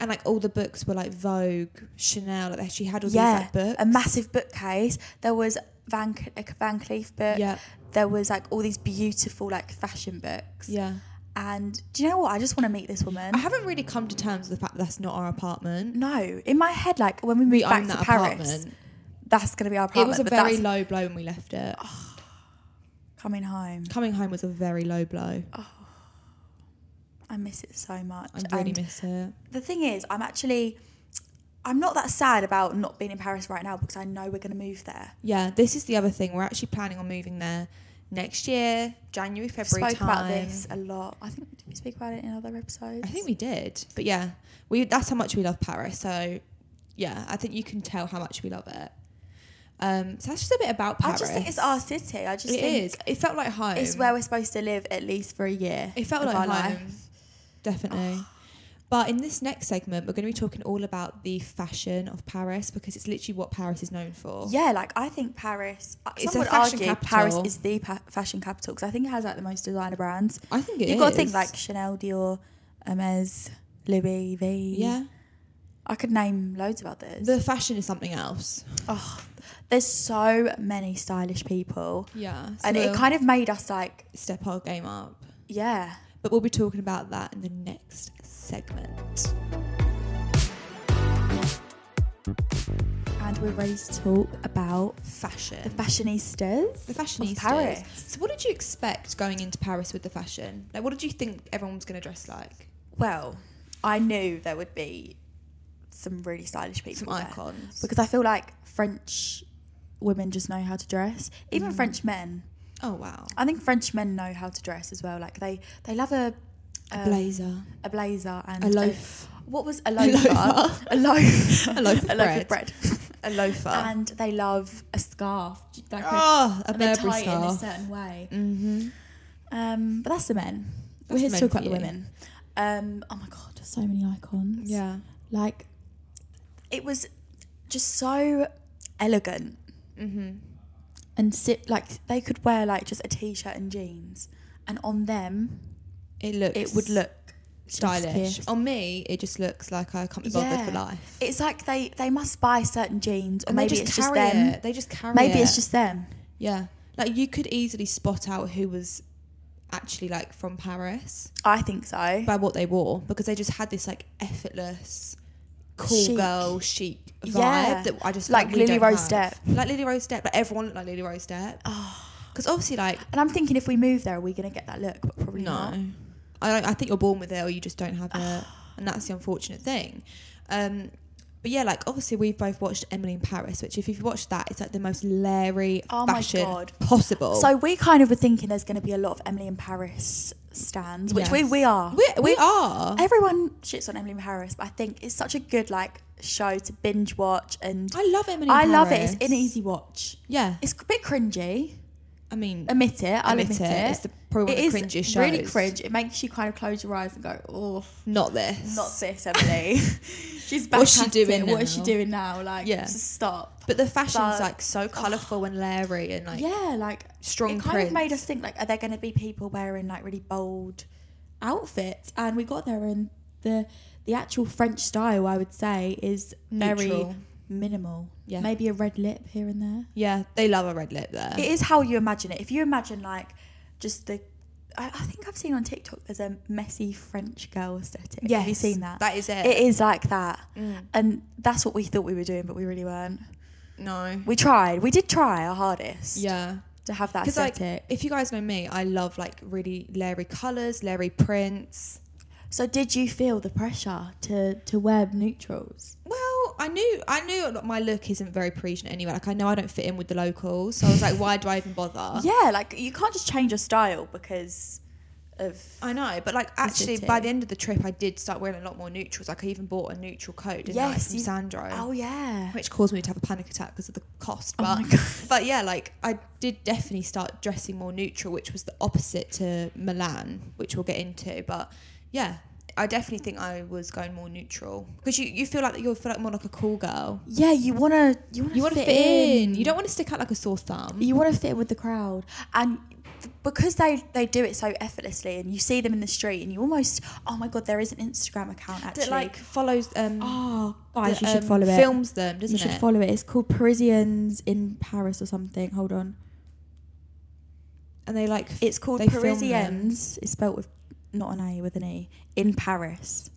Speaker 2: And like all the books were like Vogue, Chanel. Like she had all
Speaker 1: Yeah,
Speaker 2: these like books.
Speaker 1: a massive bookcase. There was Van C- a Van Cleef book.
Speaker 2: Yeah.
Speaker 1: There was like all these beautiful like fashion books.
Speaker 2: yeah.
Speaker 1: And do you know what? I just want to meet this woman.
Speaker 2: I haven't really come to terms with the fact that that's not our apartment.
Speaker 1: [LAUGHS] no, in my head, like when we move
Speaker 2: We
Speaker 1: back
Speaker 2: own
Speaker 1: to
Speaker 2: that
Speaker 1: Paris,
Speaker 2: apartment.
Speaker 1: that's gonna be our
Speaker 2: It
Speaker 1: apartment.
Speaker 2: was a
Speaker 1: but
Speaker 2: very
Speaker 1: that's
Speaker 2: low blow when we left it.
Speaker 1: coming home.
Speaker 2: Coming home was a very low blow.
Speaker 1: I miss it so much.
Speaker 2: I really
Speaker 1: And
Speaker 2: miss it.
Speaker 1: the thing is, I'm actually, I'm not that sad about not being in Paris right now because I know we're gonna move there.
Speaker 2: Yeah, this is the other thing. We're actually planning on moving there next year, January, February
Speaker 1: spoke
Speaker 2: time.
Speaker 1: about this a lot. I think did we speak about it in other episodes?
Speaker 2: I think we did, but yeah, we that's how much we love Paris. So yeah, I think you can tell how much we love it. Um, so that's just a bit about
Speaker 1: I
Speaker 2: Paris.
Speaker 1: just think it's our city. I just
Speaker 2: It
Speaker 1: think
Speaker 2: is. It felt like home.
Speaker 1: It's where we're supposed to live at least for a year.
Speaker 2: It felt
Speaker 1: of
Speaker 2: like
Speaker 1: our
Speaker 2: home.
Speaker 1: life.
Speaker 2: Definitely. But in this next segment, we're going to be talking all about the fashion of Paris because it's literally what Paris is known for.
Speaker 1: Yeah, like I think Paris. uh,
Speaker 2: It's
Speaker 1: some
Speaker 2: a
Speaker 1: would
Speaker 2: fashion
Speaker 1: argue
Speaker 2: capital.
Speaker 1: Paris is the pa- fashion capital because I think it has like the most designer brands.
Speaker 2: I think it
Speaker 1: You've got to think
Speaker 2: is.
Speaker 1: like Chanel, Dior, Hermes, Louis V.
Speaker 2: Yeah.
Speaker 1: I could name loads about this.
Speaker 2: The fashion is something else.
Speaker 1: oh, there's so many stylish people,
Speaker 2: Yeah.
Speaker 1: and it kind of made us like,
Speaker 2: of step our game up.
Speaker 1: yeah.
Speaker 2: But we'll be talking about that in the next segment.
Speaker 1: And we're ready to talk about the
Speaker 2: Fashion.
Speaker 1: fashionistas,
Speaker 2: The fashionistas.
Speaker 1: of Paris.
Speaker 2: So what did you expect going into Paris with the fashion? Like what did you think everyone was gonna dress like?
Speaker 1: Well, I knew there would be some really stylish people.
Speaker 2: Some
Speaker 1: there.
Speaker 2: icons.
Speaker 1: Because I feel like French women just know how to dress.
Speaker 2: Mm.
Speaker 1: Even French men.
Speaker 2: Oh wow.
Speaker 1: I think French men know how to dress as well. Like they, they love a
Speaker 2: A blazer.
Speaker 1: a blazer and
Speaker 2: A loaf.
Speaker 1: what was
Speaker 2: [LAUGHS]
Speaker 1: a loafer? A loaf.
Speaker 2: A loaf
Speaker 1: [LAUGHS]
Speaker 2: of
Speaker 1: a loaf of
Speaker 2: [LAUGHS]
Speaker 1: bread.
Speaker 2: bread. A loafer.
Speaker 1: and they love a scarf. Like
Speaker 2: Oh, a
Speaker 1: and they
Speaker 2: Burberry
Speaker 1: tie it in a
Speaker 2: scarf.
Speaker 1: certain way. Mm-hmm. Um, but that's the men. We're
Speaker 2: That's
Speaker 1: here
Speaker 2: the
Speaker 1: to talk
Speaker 2: men
Speaker 1: about the
Speaker 2: for you.
Speaker 1: women. Um, oh my god, there's so many icons.
Speaker 2: Yeah.
Speaker 1: like it was just so elegant
Speaker 2: Mm-hmm.
Speaker 1: and sit like they could wear like just a t-shirt and jeans and on them
Speaker 2: It looks
Speaker 1: it would look
Speaker 2: stylish.
Speaker 1: just-
Speaker 2: On me, it just looks like I can't be bothered for life.
Speaker 1: it's like they they must buy certain jeans or
Speaker 2: And
Speaker 1: maybe
Speaker 2: they just
Speaker 1: it's just
Speaker 2: carry
Speaker 1: them
Speaker 2: it. They just carry
Speaker 1: maybe
Speaker 2: it.
Speaker 1: it's just them
Speaker 2: Yeah. Like you could easily spot out who was actually like from Paris
Speaker 1: i think so
Speaker 2: by what they wore because they just had this like effortless cool
Speaker 1: Chic.
Speaker 2: girl chic vibe
Speaker 1: Yeah.
Speaker 2: that I just
Speaker 1: Like
Speaker 2: felt we
Speaker 1: Lily
Speaker 2: don't
Speaker 1: Rose
Speaker 2: have.
Speaker 1: Depp. Ah.
Speaker 2: Like Lily Rose Depp. Like everyone looked like Lily Rose Depp. Because obviously like
Speaker 1: and i'm thinking if we move there are we going to get that look but probably not Ah.
Speaker 2: No, I don't, I think you're born with it, or you just don't have it, and that's the unfortunate thing. Um, but yeah, like obviously we've both watched Emily in Paris, which if you've watched that, it's like the most leery
Speaker 1: Oh my
Speaker 2: fashion
Speaker 1: God.
Speaker 2: possible.
Speaker 1: so we kind of were thinking there's going to be a lot of emily in paris stands which we,
Speaker 2: Yes.
Speaker 1: we are
Speaker 2: we, we are.
Speaker 1: everyone shits on Emily in Paris, but I think it's such a good like show to binge watch and
Speaker 2: I love Emily. in
Speaker 1: I love it. It's
Speaker 2: Paris.
Speaker 1: an easy watch.
Speaker 2: Yeah,
Speaker 1: It's a bit cringy.
Speaker 2: I mean,
Speaker 1: Admit it. I'll admit,
Speaker 2: Admit it. It's the- probably
Speaker 1: It
Speaker 2: one of the
Speaker 1: is
Speaker 2: cringiest
Speaker 1: Really
Speaker 2: shows.
Speaker 1: cringe. It makes you kind of close your eyes and go, "Oh,
Speaker 2: not this.
Speaker 1: not
Speaker 2: [LAUGHS]
Speaker 1: this, Emily. [LAUGHS] She's back.
Speaker 2: What's she
Speaker 1: at
Speaker 2: doing
Speaker 1: it. What is she
Speaker 2: now?"
Speaker 1: doing now? Like,
Speaker 2: Yeah.
Speaker 1: just stop."
Speaker 2: But oh. the fashion's
Speaker 1: But-
Speaker 2: like so colourful and leery and like
Speaker 1: yeah, like
Speaker 2: strong
Speaker 1: It kind of
Speaker 2: prints.
Speaker 1: made us think like, are there going to be people wearing like really bold outfits? And we got there, and the the actual French style, I would say, is very
Speaker 2: Neutral.
Speaker 1: minimal.
Speaker 2: Yeah.
Speaker 1: Maybe a red lip here and there.
Speaker 2: Yeah, they love a red lip there.
Speaker 1: It is how you imagine it. If you imagine like just the, I, I think I've seen on TikTok there's a messy French girl aesthetic. Yeah, Have you
Speaker 2: Yes,
Speaker 1: seen that?
Speaker 2: that is it.
Speaker 1: It Mm. is like that, and that's what we thought we were doing, but we really weren't.
Speaker 2: no.
Speaker 1: We tried. We did try our hardest.
Speaker 2: Yeah.
Speaker 1: To have that
Speaker 2: Because like,
Speaker 1: aesthetic.
Speaker 2: if you guys know me, I love like really leery colours, leery prints.
Speaker 1: so did you feel the pressure to to wear neutrals?
Speaker 2: Well, I knew I knew that my look isn't very Parisian anyway. Like I know I don't fit in with the locals, so I was like, why do I even [LAUGHS] bother?
Speaker 1: Yeah, like you can't just change your style because of
Speaker 2: I know, but like actually,
Speaker 1: city.
Speaker 2: by the end of the trip, I did start wearing a lot more neutrals. Like I even bought a neutral coat, didn't I, from
Speaker 1: you-
Speaker 2: Sandro?
Speaker 1: Oh yeah.
Speaker 2: which caused me to have a panic attack because of the cost.
Speaker 1: Oh
Speaker 2: But
Speaker 1: my God.
Speaker 2: [LAUGHS] but yeah, like I did definitely start dressing more neutral, which was the opposite to Milan, which we'll get into. But yeah, I definitely think I was going more neutral because you, you feel like you feel like more like a cool girl.
Speaker 1: Yeah, you wanna you wanna
Speaker 2: You want to fit in. You don't want to stick out like a sore thumb.
Speaker 1: you want to fit in with the crowd and th- because they they do it so effortlessly and you see them in the street and you almost oh my god there is an instagram account actually
Speaker 2: That like follows. Um,
Speaker 1: oh
Speaker 2: that, um, Films them, doesn't
Speaker 1: you should
Speaker 2: it?
Speaker 1: follow it it's called parisians in paris or something hold on
Speaker 2: and they like f-
Speaker 1: it's called
Speaker 2: they film them.
Speaker 1: parisians it's spelled with not an a with an e in paris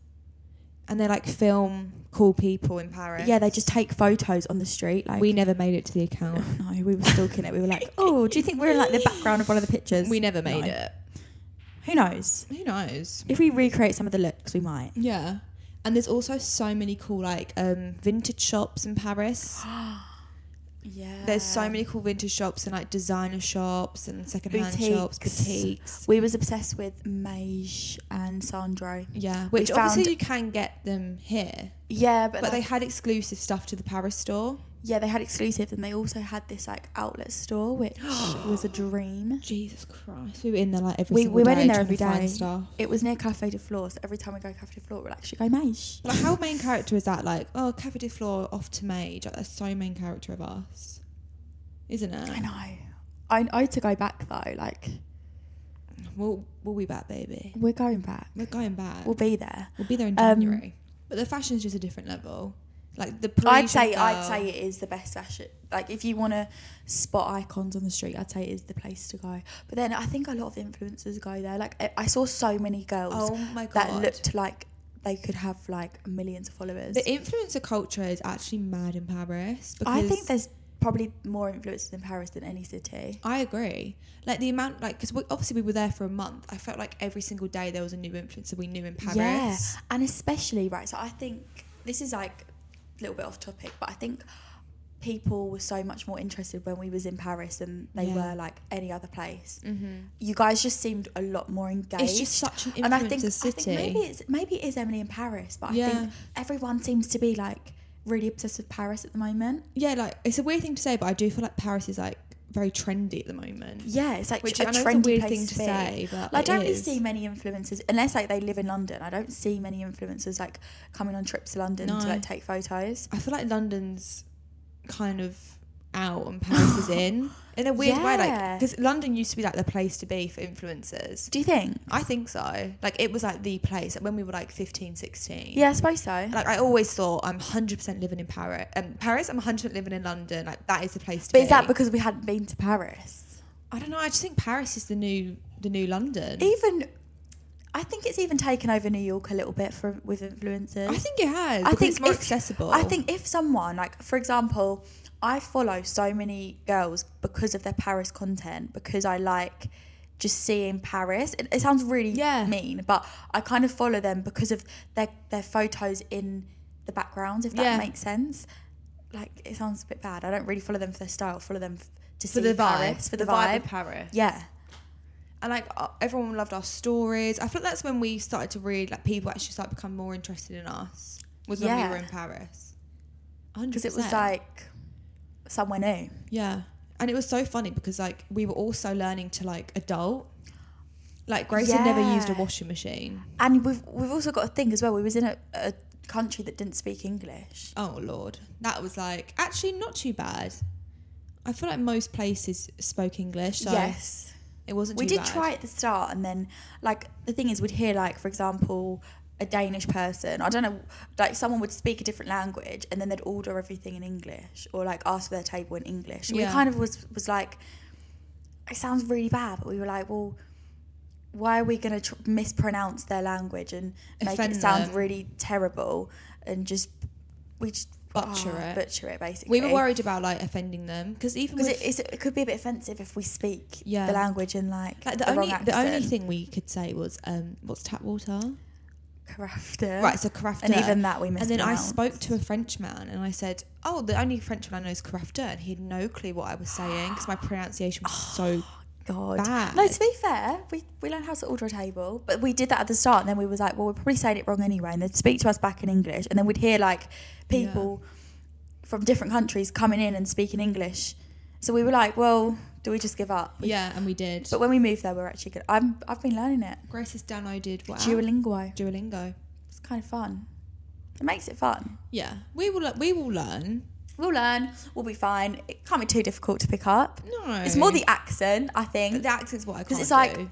Speaker 2: and they like film cool people in Paris.
Speaker 1: yeah they just take photos on the street like
Speaker 2: we never made it to the account.
Speaker 1: no we were stalking it we were like oh do you think we're in like the background of one of the pictures
Speaker 2: [LAUGHS] we never made
Speaker 1: No.
Speaker 2: it.
Speaker 1: who knows
Speaker 2: Who knows?
Speaker 1: if we recreate some of the looks we might
Speaker 2: Yeah. And there's also so many cool like um, vintage shops in
Speaker 1: [GASPS]
Speaker 2: Paris.
Speaker 1: Ah, yeah
Speaker 2: There's so many cool vintage shops and like designer shops and secondhand shops,
Speaker 1: Boutiques.
Speaker 2: boutiques.
Speaker 1: We was obsessed with Mage and Sandro.
Speaker 2: Yeah, which
Speaker 1: we
Speaker 2: obviously
Speaker 1: found-
Speaker 2: you can get them here,
Speaker 1: Yeah, but,
Speaker 2: but they
Speaker 1: like-
Speaker 2: had exclusive stuff to the Paris store.
Speaker 1: yeah they had exclusive, and they also had this like outlet store,
Speaker 2: [GASPS]
Speaker 1: which was a dream.
Speaker 2: Jesus Christ, we were in there like every
Speaker 1: We,
Speaker 2: single
Speaker 1: we
Speaker 2: day
Speaker 1: went in there
Speaker 2: trying to
Speaker 1: every
Speaker 2: find
Speaker 1: day.
Speaker 2: Stuff.
Speaker 1: It was near Cafe de Flore, so every time we go Cafe de Flore, we're like, should we go Mage?
Speaker 2: Like how main character is that? Like oh, Cafe de Flore off to Mage. Like, that's so main character of us, isn't it?
Speaker 1: I know. I I to go back though. Like
Speaker 2: We'll we'll be back, baby.
Speaker 1: we're going back.
Speaker 2: We're going back.
Speaker 1: We'll be there.
Speaker 2: We'll be there in
Speaker 1: Um,
Speaker 2: January. but the fashion's just a different level. Like the
Speaker 1: I'd
Speaker 2: Parisian
Speaker 1: say I'd
Speaker 2: girl-
Speaker 1: say it is the best fashion. Like if you want to spot icons on the street, I'd say it is the place to go. But then I think a lot of influencers go there. Like I, I saw so many girls
Speaker 2: Oh my
Speaker 1: that
Speaker 2: God.
Speaker 1: looked like they could have like millions of followers.
Speaker 2: the influencer culture is actually mad in Paris. Because
Speaker 1: I think there's probably more influencers in Paris than any city.
Speaker 2: I agree. Like the amount, like because obviously we were there for a month. I felt like every single day there was a new influencer we knew in Paris.
Speaker 1: Yeah, and especially right. So I think this is like a little bit off topic, but I think people were so much more interested when we was in Paris than they
Speaker 2: Yeah. Mm-hmm.
Speaker 1: were like any other place. You guys just seemed a lot more engaged.
Speaker 2: It's just such an
Speaker 1: and I think,
Speaker 2: influencer
Speaker 1: I
Speaker 2: city.
Speaker 1: think maybe it's maybe it is Emily in Paris, but I
Speaker 2: Yeah.
Speaker 1: think everyone seems to be like really obsessed with Paris at the moment.
Speaker 2: yeah, like it's a weird thing to say, but I do feel like Paris is like very trendy at the moment.
Speaker 1: Yeah, it's like
Speaker 2: Which
Speaker 1: a
Speaker 2: I know is a
Speaker 1: trendy
Speaker 2: weird
Speaker 1: place
Speaker 2: thing
Speaker 1: to,
Speaker 2: to
Speaker 1: be.
Speaker 2: say, but
Speaker 1: like, I
Speaker 2: it
Speaker 1: don't
Speaker 2: is.
Speaker 1: really see many influencers unless like they live in London. I don't see many influencers like coming on trips to London to
Speaker 2: No.
Speaker 1: like take photos.
Speaker 2: I feel like London's kind of out and Paris
Speaker 1: [LAUGHS]
Speaker 2: is in in a weird way,
Speaker 1: Yeah.
Speaker 2: like because London used to be like the place to be for influencers.
Speaker 1: Do you think?
Speaker 2: I think so. Like it was like the place when we were like 15, 16.
Speaker 1: Yeah, I suppose so.
Speaker 2: Like I always thought I'm 100% living in Paris. Um, Paris, I'm 100% living in London. Like that is the place to
Speaker 1: but
Speaker 2: be.
Speaker 1: is that because we hadn't been to Paris?
Speaker 2: I don't know. I just think Paris is the new the new London.
Speaker 1: Even, I think it's even taken over New York a little bit for with influencers.
Speaker 2: I think it has. I think it's more
Speaker 1: if-
Speaker 2: accessible.
Speaker 1: I think if someone like, for example, I follow so many girls because of their Paris content because I like just seeing Paris. It, it sounds really
Speaker 2: Yeah.
Speaker 1: mean, but I kind of follow them because of their their photos in the background. If that
Speaker 2: Yeah.
Speaker 1: makes sense, like it sounds a bit bad. I don't really follow them for their style. I follow them f- to
Speaker 2: for
Speaker 1: see
Speaker 2: the vibe,
Speaker 1: Paris for the, vibe.
Speaker 2: of Paris.
Speaker 1: Yeah,
Speaker 2: and like uh, everyone loved our stories. I feel like that's when we started to read like people actually started to become more interested in us. Was when
Speaker 1: Yeah.
Speaker 2: we were in Paris. Hundred
Speaker 1: because it was like somewhere new.
Speaker 2: yeah, and it was so funny because like we were also learning to like adult. Like Grace had never used a
Speaker 1: Yeah.
Speaker 2: washing machine.
Speaker 1: And we've we've also got a thing as well. We was in a, a country that didn't speak English.
Speaker 2: Oh lord, that was like actually not too bad. I feel like most places spoke English, so
Speaker 1: yes.
Speaker 2: it wasn't.
Speaker 1: We
Speaker 2: too
Speaker 1: did
Speaker 2: bad.
Speaker 1: try at the start, and then, like, the thing is, we'd hear, like, for example, a Danish person. I don't know, like someone would speak a different language and then they'd order everything in English or like ask for their table in English. And
Speaker 2: Yeah.
Speaker 1: We kind of was was like, it sounds really bad, but we were like, well, why are we going to tr- mispronounce their language and make
Speaker 2: Offend
Speaker 1: it sound
Speaker 2: them.
Speaker 1: really terrible and just we just
Speaker 2: Butcher
Speaker 1: ah,
Speaker 2: it.
Speaker 1: butcher it basically.
Speaker 2: We were worried about like offending them because even
Speaker 1: because
Speaker 2: with,
Speaker 1: it, it's- it could be a bit offensive if we speak
Speaker 2: Yeah.
Speaker 1: the language in like,
Speaker 2: like the
Speaker 1: wrong
Speaker 2: only the only
Speaker 1: accent.
Speaker 2: thing we could say was um what's tap water.
Speaker 1: Crafter.
Speaker 2: Right, so Crafter.
Speaker 1: And even that we
Speaker 2: And then I
Speaker 1: mispronounced.
Speaker 2: spoke to a Frenchman and I said, "Oh, the only Frenchman I know is Crafter," and he had no clue what I was saying because my pronunciation was
Speaker 1: Oh.
Speaker 2: so.
Speaker 1: God.
Speaker 2: bad.
Speaker 1: No, to be fair, we, we learned how to order a table, but we did that at the start, and then we was like, well, we're probably saying it wrong anyway, and they'd speak to us back in English, and then we'd hear like people from different countries coming in and speaking English. So we were like, well, do we just give up? We-
Speaker 2: Yeah, and we did.
Speaker 1: But when we moved there, we were actually good. I'm, I've been learning it.
Speaker 2: Grace has downloaded what app?
Speaker 1: Duolingo.
Speaker 2: Duolingo.
Speaker 1: It's kind of fun. It makes it fun.
Speaker 2: Yeah, we will. We will learn.
Speaker 1: We'll learn. We'll be fine. It can't be too difficult to pick up.
Speaker 2: No,
Speaker 1: It's more the accent, I think.
Speaker 2: the accent's what I can't
Speaker 1: it's like-
Speaker 2: do.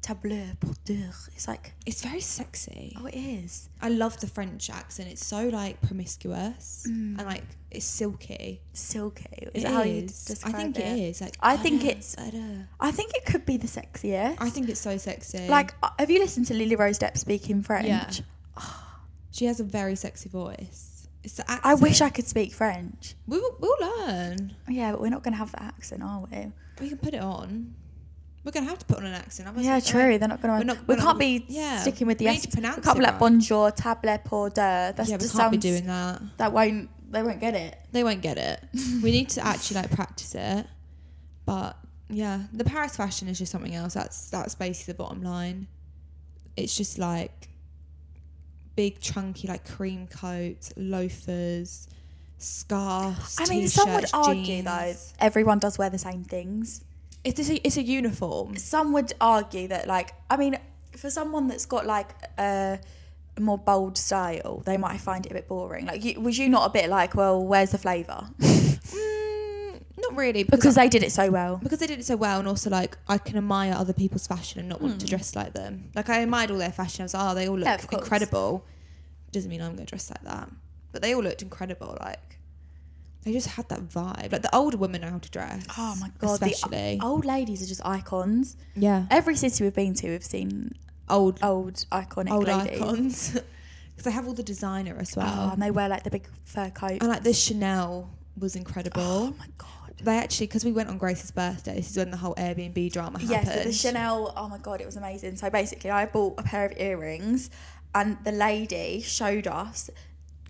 Speaker 1: Tableau, porteur. It's like,
Speaker 2: It's very sexy.
Speaker 1: oh, it is.
Speaker 2: I love the French accent. It's so like promiscuous and like it's silky.
Speaker 1: silky. Mm. Is
Speaker 2: It
Speaker 1: that how you
Speaker 2: is.
Speaker 1: describe
Speaker 2: I think it is. Like
Speaker 1: I think
Speaker 2: "Ada,
Speaker 1: it's-
Speaker 2: Ada."
Speaker 1: I think it could be the sexiest.
Speaker 2: I think it's so sexy.
Speaker 1: Like, uh, have you listened to Lily Rose Depp speaking French?
Speaker 2: Yeah. she has a very sexy voice. It's the accent.
Speaker 1: I wish I could speak French.
Speaker 2: We will, we'll learn.
Speaker 1: Yeah, but we're not going to have that accent, are we?
Speaker 2: We can put it on. We're gonna have to put on an accent. otherwise
Speaker 1: yeah,
Speaker 2: it's
Speaker 1: true.
Speaker 2: like-
Speaker 1: They're not going
Speaker 2: uh, we're
Speaker 1: to.
Speaker 2: not-
Speaker 1: We
Speaker 2: we're
Speaker 1: can't
Speaker 2: not-
Speaker 1: be
Speaker 2: yeah,
Speaker 1: sticking with the
Speaker 2: we need
Speaker 1: accent.
Speaker 2: to pronounce
Speaker 1: we can't be
Speaker 2: it
Speaker 1: like
Speaker 2: right.
Speaker 1: bonjour, table, pour deux. That's
Speaker 2: Yeah, we
Speaker 1: just
Speaker 2: can't be
Speaker 1: sounds-
Speaker 2: doing that.
Speaker 1: That won't. They won't get it.
Speaker 2: They won't get it. [LAUGHS] we need to actually like practice it. But yeah, the Paris fashion is just something else. That's that's basically the bottom line. It's just like big chunky like cream coats, loafers, scarves.
Speaker 1: I mean, some would
Speaker 2: t-shirts,
Speaker 1: argue
Speaker 2: jeans.
Speaker 1: though everyone does wear the same things.
Speaker 2: It's it's a, it's a uniform.
Speaker 1: some would argue that like i mean for someone that's got like a more bold style they might find it a bit boring like you, was you not a bit like well where's the flavor
Speaker 2: Mm, not
Speaker 1: [LAUGHS]
Speaker 2: really
Speaker 1: because they did it so well
Speaker 2: because they did it so well and also like I can admire other people's fashion and not want to dress like them. Like I admired all their fashion. I was like, oh, they all look
Speaker 1: Hmm. Yeah, of course.
Speaker 2: incredible. Doesn't mean I'm gonna dress like that. But they all looked incredible, like they just had that vibe. Like the older women know how to dress.
Speaker 1: oh my god
Speaker 2: Especially.
Speaker 1: the o- old ladies are just icons
Speaker 2: yeah.
Speaker 1: every city we've been to we've seen
Speaker 2: Old
Speaker 1: old iconic
Speaker 2: old
Speaker 1: ladies
Speaker 2: icons. [LAUGHS] Because they have all the designer as well.
Speaker 1: Oh, and they wear like the big fur coat
Speaker 2: and like the Chanel was incredible.
Speaker 1: oh my god
Speaker 2: They actually, because we went on Grace's birthday, this is when the whole Airbnb drama happened.
Speaker 1: yeah, so the Chanel, oh my god, it was amazing. So basically, I bought a pair of earrings, and the lady showed us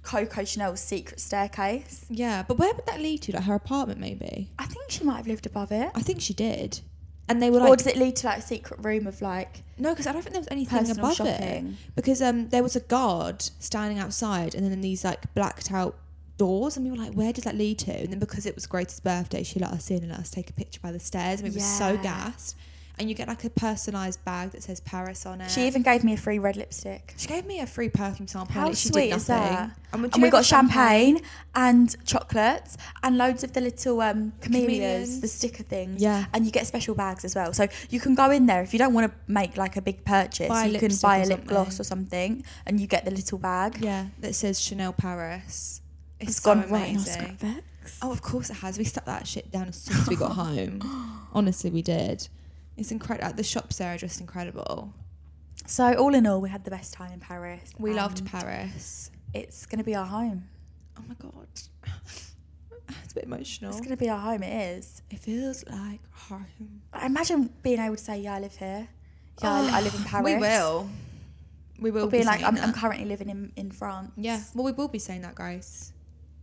Speaker 1: Coco Chanel's secret staircase.
Speaker 2: Yeah, but where would that lead to? Like her apartment, maybe.
Speaker 1: I think she might have lived above it.
Speaker 2: I think she did. And they were
Speaker 1: or
Speaker 2: like,
Speaker 1: does it lead to like a secret room of like?
Speaker 2: no, because I don't think there was anything
Speaker 1: Personal
Speaker 2: above
Speaker 1: shopping.
Speaker 2: it. Because um, there was a guard standing outside, and then these like blacked out doors, and we were like, where does that lead to? And then because it was Grace's birthday, she let us in and let us take a picture by the stairs, and we were so
Speaker 1: Yeah.
Speaker 2: gassed. And you get like a personalised bag that says Paris on it.
Speaker 1: She even gave me a free red lipstick.
Speaker 2: she gave me a free perfume sample.
Speaker 1: How
Speaker 2: and she
Speaker 1: sweet
Speaker 2: did
Speaker 1: is
Speaker 2: nothing.
Speaker 1: that?
Speaker 2: And,
Speaker 1: And,
Speaker 2: when she
Speaker 1: we
Speaker 2: gave
Speaker 1: got
Speaker 2: us
Speaker 1: champagne and chocolates and loads of the little um, camellias,
Speaker 2: Camellias.
Speaker 1: the sticker things.
Speaker 2: Yeah.
Speaker 1: And you get special bags as well. So you can go in there if you don't want to make like a big purchase.
Speaker 2: Buy a
Speaker 1: you can
Speaker 2: lipstick
Speaker 1: buy
Speaker 2: or
Speaker 1: a lip
Speaker 2: something.
Speaker 1: gloss or something, and you get the little bag.
Speaker 2: yeah, that says Chanel Paris. It's,
Speaker 1: It's
Speaker 2: so
Speaker 1: gone right in our
Speaker 2: amazing.
Speaker 1: scrapbooks.
Speaker 2: Oh, of course it has. We stuck that shit down as soon as we
Speaker 1: [GASPS]
Speaker 2: got home. Honestly, we did. It's incredible. The shops there are just incredible.
Speaker 1: So all in all, we had the best time in Paris.
Speaker 2: We
Speaker 1: and
Speaker 2: loved Paris.
Speaker 1: It's gonna be our home.
Speaker 2: Oh my god, it's a bit emotional.
Speaker 1: [SIGHS] It's gonna be our home. It is.
Speaker 2: It feels like home.
Speaker 1: Imagine being able to say, "Yeah, I live here. Yeah, I, I live in Paris."
Speaker 2: [SIGHS] We will. We will
Speaker 1: Or
Speaker 2: be
Speaker 1: being like,
Speaker 2: saying
Speaker 1: I'm,
Speaker 2: that.
Speaker 1: "I'm currently living in in France."
Speaker 2: yeah. Well, we will be saying that, Grace.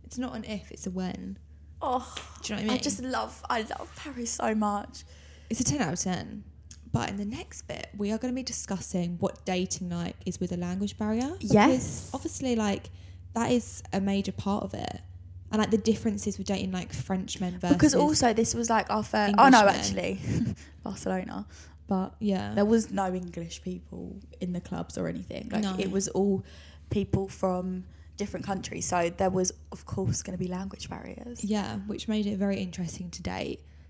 Speaker 2: It's not an if, it's a when.
Speaker 1: Oh,
Speaker 2: Do you know what I
Speaker 1: I
Speaker 2: mean?
Speaker 1: just love. I love Paris so much.
Speaker 2: It's a ten out of ten. But in the next bit, we are going to be discussing what dating like is with a language barrier. because
Speaker 1: Yes.
Speaker 2: obviously, like that is a major part of it, and like the differences with dating like French men versus
Speaker 1: Because also, this was like our first. Oh no,
Speaker 2: Englishmen.
Speaker 1: actually, [LAUGHS] Barcelona. But
Speaker 2: yeah,
Speaker 1: there was no English people in the clubs or anything. Like
Speaker 2: No.
Speaker 1: it was all people from different countries. So there was, of course, going to be language barriers.
Speaker 2: yeah, which made it very interesting to date.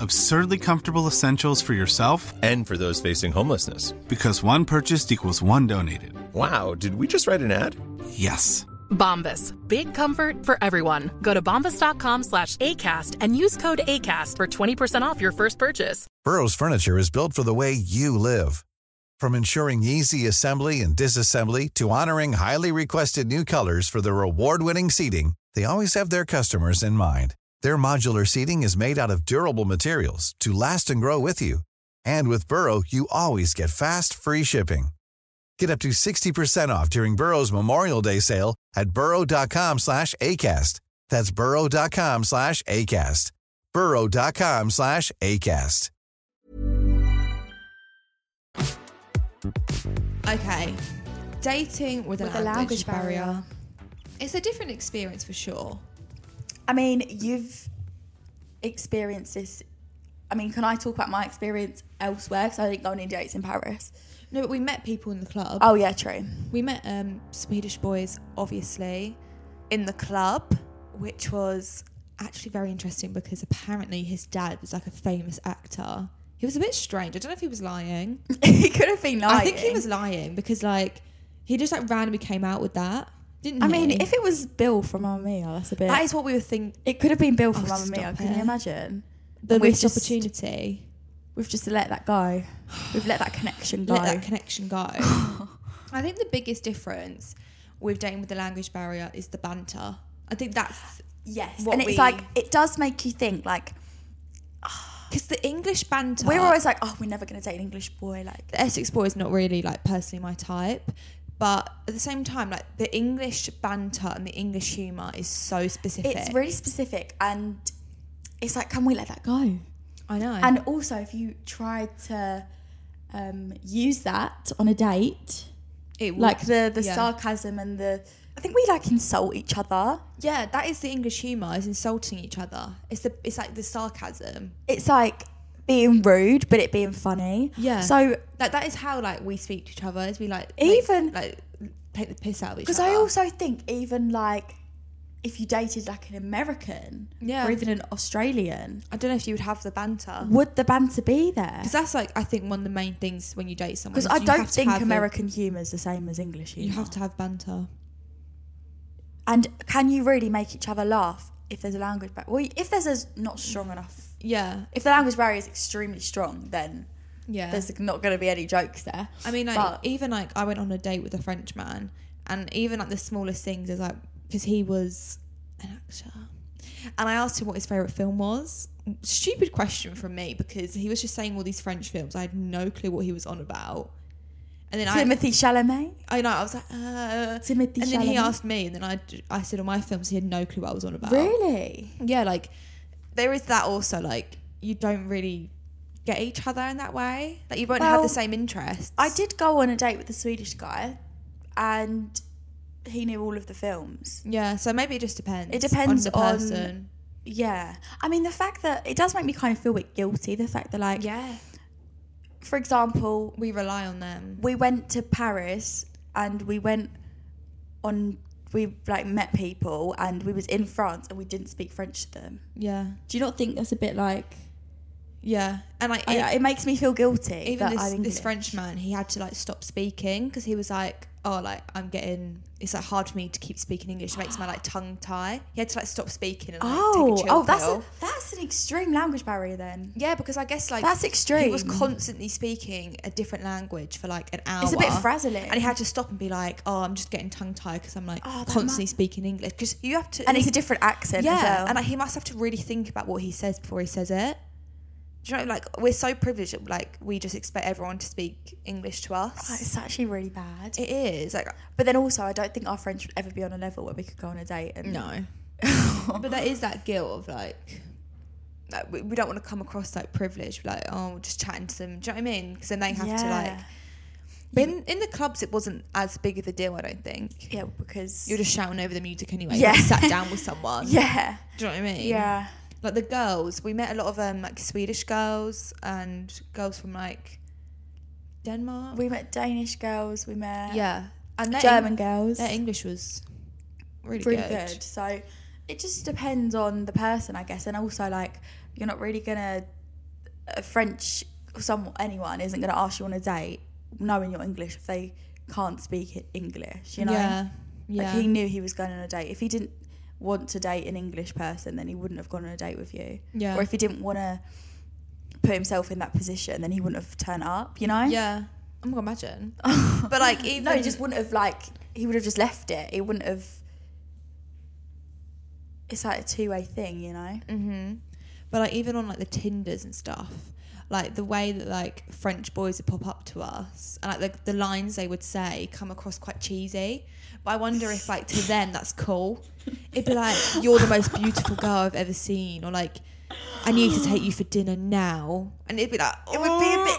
Speaker 3: Absurdly comfortable essentials for yourself
Speaker 4: And for those facing homelessness.
Speaker 3: because one purchased equals one donated.
Speaker 4: Wow, did we just write an ad?
Speaker 3: Yes.
Speaker 5: Bombas. Big comfort for everyone. Go to bombas.com slash ACAST and use code ACAST for 20% off your first purchase.
Speaker 6: Burrow's furniture is built for the way you live. From ensuring easy assembly and disassembly to honoring highly requested new colors for their award-winning seating, they always have their customers in mind. Their modular seating is made out of durable materials to last and grow with you. And with Burrow, you always get fast, free shipping. Get up to 60% off during Burrow's Memorial Day sale at burrow.com slash ACAST. That's burrow.com slash ACAST. burrow.com slash ACAST.
Speaker 2: Okay. Dating with,
Speaker 1: With
Speaker 2: a language, barrier.
Speaker 1: barrier.
Speaker 2: It's a different experience for sure.
Speaker 1: I mean, you've experienced this. I mean, can I talk about my experience elsewhere? Because I didn't go on any dates in Paris.
Speaker 2: No, but we met people in the club.
Speaker 1: Oh yeah, true. [LAUGHS]
Speaker 2: We met um, Swedish boys, obviously, in the club, which was actually very interesting because apparently his dad was like a famous actor. He was a bit strange. I don't know if he was lying.
Speaker 1: he could have been lying.
Speaker 2: I think he was lying because like he just like randomly came out with that, didn't
Speaker 1: I
Speaker 2: he?
Speaker 1: mean, if it was Bill from Mamma Mia, that's a bit.
Speaker 2: that is what we were thinking,
Speaker 1: it could have been Bill from
Speaker 2: Oh,
Speaker 1: Mamma Mia.
Speaker 2: stop
Speaker 1: Can
Speaker 2: it.
Speaker 1: you imagine?
Speaker 2: the
Speaker 1: We've
Speaker 2: missed
Speaker 1: just-
Speaker 2: opportunity,
Speaker 1: We've just let that go. We've let that connection go.
Speaker 2: let that
Speaker 1: [LAUGHS]
Speaker 2: connection go. I think the biggest difference with dating with the language barrier is the banter. I think that's
Speaker 1: yes,
Speaker 2: what
Speaker 1: and it's
Speaker 2: we-
Speaker 1: like it does make you think. Like
Speaker 2: because the English banter.
Speaker 1: we're always like, oh, we're never gonna date an English boy. Like
Speaker 2: the Essex boy is not really like personally my type. But at the same time, like the English banter and the English humour is so specific.
Speaker 1: it's really specific, and it's like, can we let that go?
Speaker 2: I know.
Speaker 1: And also, if you tried to um, use that on a date,
Speaker 2: it
Speaker 1: like the the
Speaker 2: yeah.
Speaker 1: sarcasm and the, I think we like insult each other.
Speaker 2: Yeah, that is the English humour, is insulting each other. It's the it's like the sarcasm.
Speaker 1: It's like being rude, but it being funny.
Speaker 2: So
Speaker 1: So
Speaker 2: like that is how like we speak to each other, is we like
Speaker 1: Even-
Speaker 2: like, like take the piss out of each other.
Speaker 1: because I also think even like if you dated like an American
Speaker 2: Yeah.
Speaker 1: or even an Australian,
Speaker 2: I don't know if you would have the banter.
Speaker 1: would the banter be there?
Speaker 2: Because that's like I think one of the main things when you date someone.
Speaker 1: Because
Speaker 2: is
Speaker 1: I
Speaker 2: you
Speaker 1: don't
Speaker 2: have to
Speaker 1: think
Speaker 2: have a-
Speaker 1: American humour is the same as English
Speaker 2: you
Speaker 1: humour.
Speaker 2: have to have banter.
Speaker 1: And can you really make each other laugh if there's a language barrier? Well, if there's a not strong enough
Speaker 2: Yeah.
Speaker 1: if the language barrier is extremely strong, then
Speaker 2: Yeah.
Speaker 1: there's not going to be any jokes there.
Speaker 2: I mean, like
Speaker 1: But-
Speaker 2: even like I went on a date with a French man, and even like the smallest things is like because he was an actor, and I asked him what his favorite film was. Stupid question from me because he was just saying all these French films. I had no clue what he was on about. And then
Speaker 1: Timothy Chalamet.
Speaker 2: I, I know I was like, uh,
Speaker 1: Timothy
Speaker 2: And then he
Speaker 1: Chalamet.
Speaker 2: asked me, and then I, I said on my films he had no clue what I was on about.
Speaker 1: Really?
Speaker 2: Yeah, like there is that also. Like you don't really get each other in that way. Like you won't have
Speaker 1: Well,
Speaker 2: the same interests.
Speaker 1: I did go on a date with a Swedish guy, and he knew all of the films.
Speaker 2: Yeah, so maybe it just depends.
Speaker 1: It depends
Speaker 2: on the
Speaker 1: on-
Speaker 2: person.
Speaker 1: Yeah, I mean the fact that it does make me kind of feel a bit guilty. The fact that, like,
Speaker 2: yeah,
Speaker 1: for example,
Speaker 2: we rely on them.
Speaker 1: we went to Paris and we went on. We like met people and we was in France and we didn't speak French to them.
Speaker 2: Yeah,
Speaker 1: Do you not think that's a bit like?
Speaker 2: yeah, and like
Speaker 1: I- it,
Speaker 2: e-
Speaker 1: makes me feel guilty.
Speaker 2: even
Speaker 1: that
Speaker 2: this,
Speaker 1: I'm
Speaker 2: this
Speaker 1: English.
Speaker 2: French man, he had to like stop speaking because he was like, oh, like I'm getting. It's like hard for me to keep speaking English. It makes my like tongue tie. He had to like stop speaking and like,
Speaker 1: Oh,
Speaker 2: take a chill
Speaker 1: oh, that's a,
Speaker 2: pill.
Speaker 1: that's an extreme language barrier then.
Speaker 2: yeah, because I guess like
Speaker 1: That's
Speaker 2: He was
Speaker 1: extreme.
Speaker 2: constantly speaking a different language for like an hour.
Speaker 1: It's a bit frazzling.
Speaker 2: and he had to stop and be like, "Oh, I'm just getting tongue tied because I'm like
Speaker 1: Oh, that
Speaker 2: constantly
Speaker 1: mu-
Speaker 2: speaking English." Because you have to,
Speaker 1: And it's a different accent.
Speaker 2: yeah,
Speaker 1: as well.
Speaker 2: and like, he must have to really think about what he says before he says it. Do you know, like we're so privileged. that, Like we just expect everyone to speak English to us.
Speaker 1: It's actually really bad.
Speaker 2: It is like,
Speaker 1: But then also, I don't think our friends would ever be on a level where we could go on a date. And [LAUGHS]
Speaker 7: No.
Speaker 2: but there is that guilt of like, like we, we don't want to come across like privileged. Like oh, just chatting to them. Do you know what I mean? Because then they have to
Speaker 1: Yeah.
Speaker 2: like. But in, in the clubs, it wasn't as big of a deal. I don't think.
Speaker 1: Yeah, because
Speaker 2: You're just shouting over the music anyway.
Speaker 1: Yeah.
Speaker 2: Yeah. sat down with
Speaker 1: [LAUGHS]
Speaker 2: someone. [LAUGHS]
Speaker 1: yeah,
Speaker 2: Do you know what I mean?
Speaker 1: yeah.
Speaker 2: like the girls we met a lot of um like swedish girls and girls from like denmark
Speaker 1: We met Danish girls. We met
Speaker 2: yeah and their
Speaker 1: German
Speaker 2: Eng-
Speaker 1: girls.
Speaker 2: their english was really,
Speaker 1: really
Speaker 2: good.
Speaker 1: good. So it just depends on the person, I guess, and also like you're not really gonna a French some anyone isn't gonna ask you on a date knowing your English if they can't speak i- English. You know,
Speaker 2: yeah yeah
Speaker 1: like he knew he was going on a date. If he didn't want to date an English person, then he wouldn't have gone on a date with you.
Speaker 2: Yeah.
Speaker 1: Or if he didn't want to put himself in that position, then he wouldn't have turned up. You know. [LAUGHS]
Speaker 2: yeah i'm gonna imagine but like even
Speaker 1: No, he just wouldn't have like he would have just left it. He wouldn't have. It's like a two-way thing, you know.
Speaker 2: but like even on like the tinders and stuff like the way that like french boys would pop up to us and like the, the lines they would say come across quite cheesy but i wonder if like to them that's cool it'd be like you're the most beautiful girl i've ever seen or like i need to take you for dinner now and it'd be like "Oh."
Speaker 1: It would be [LAUGHS] a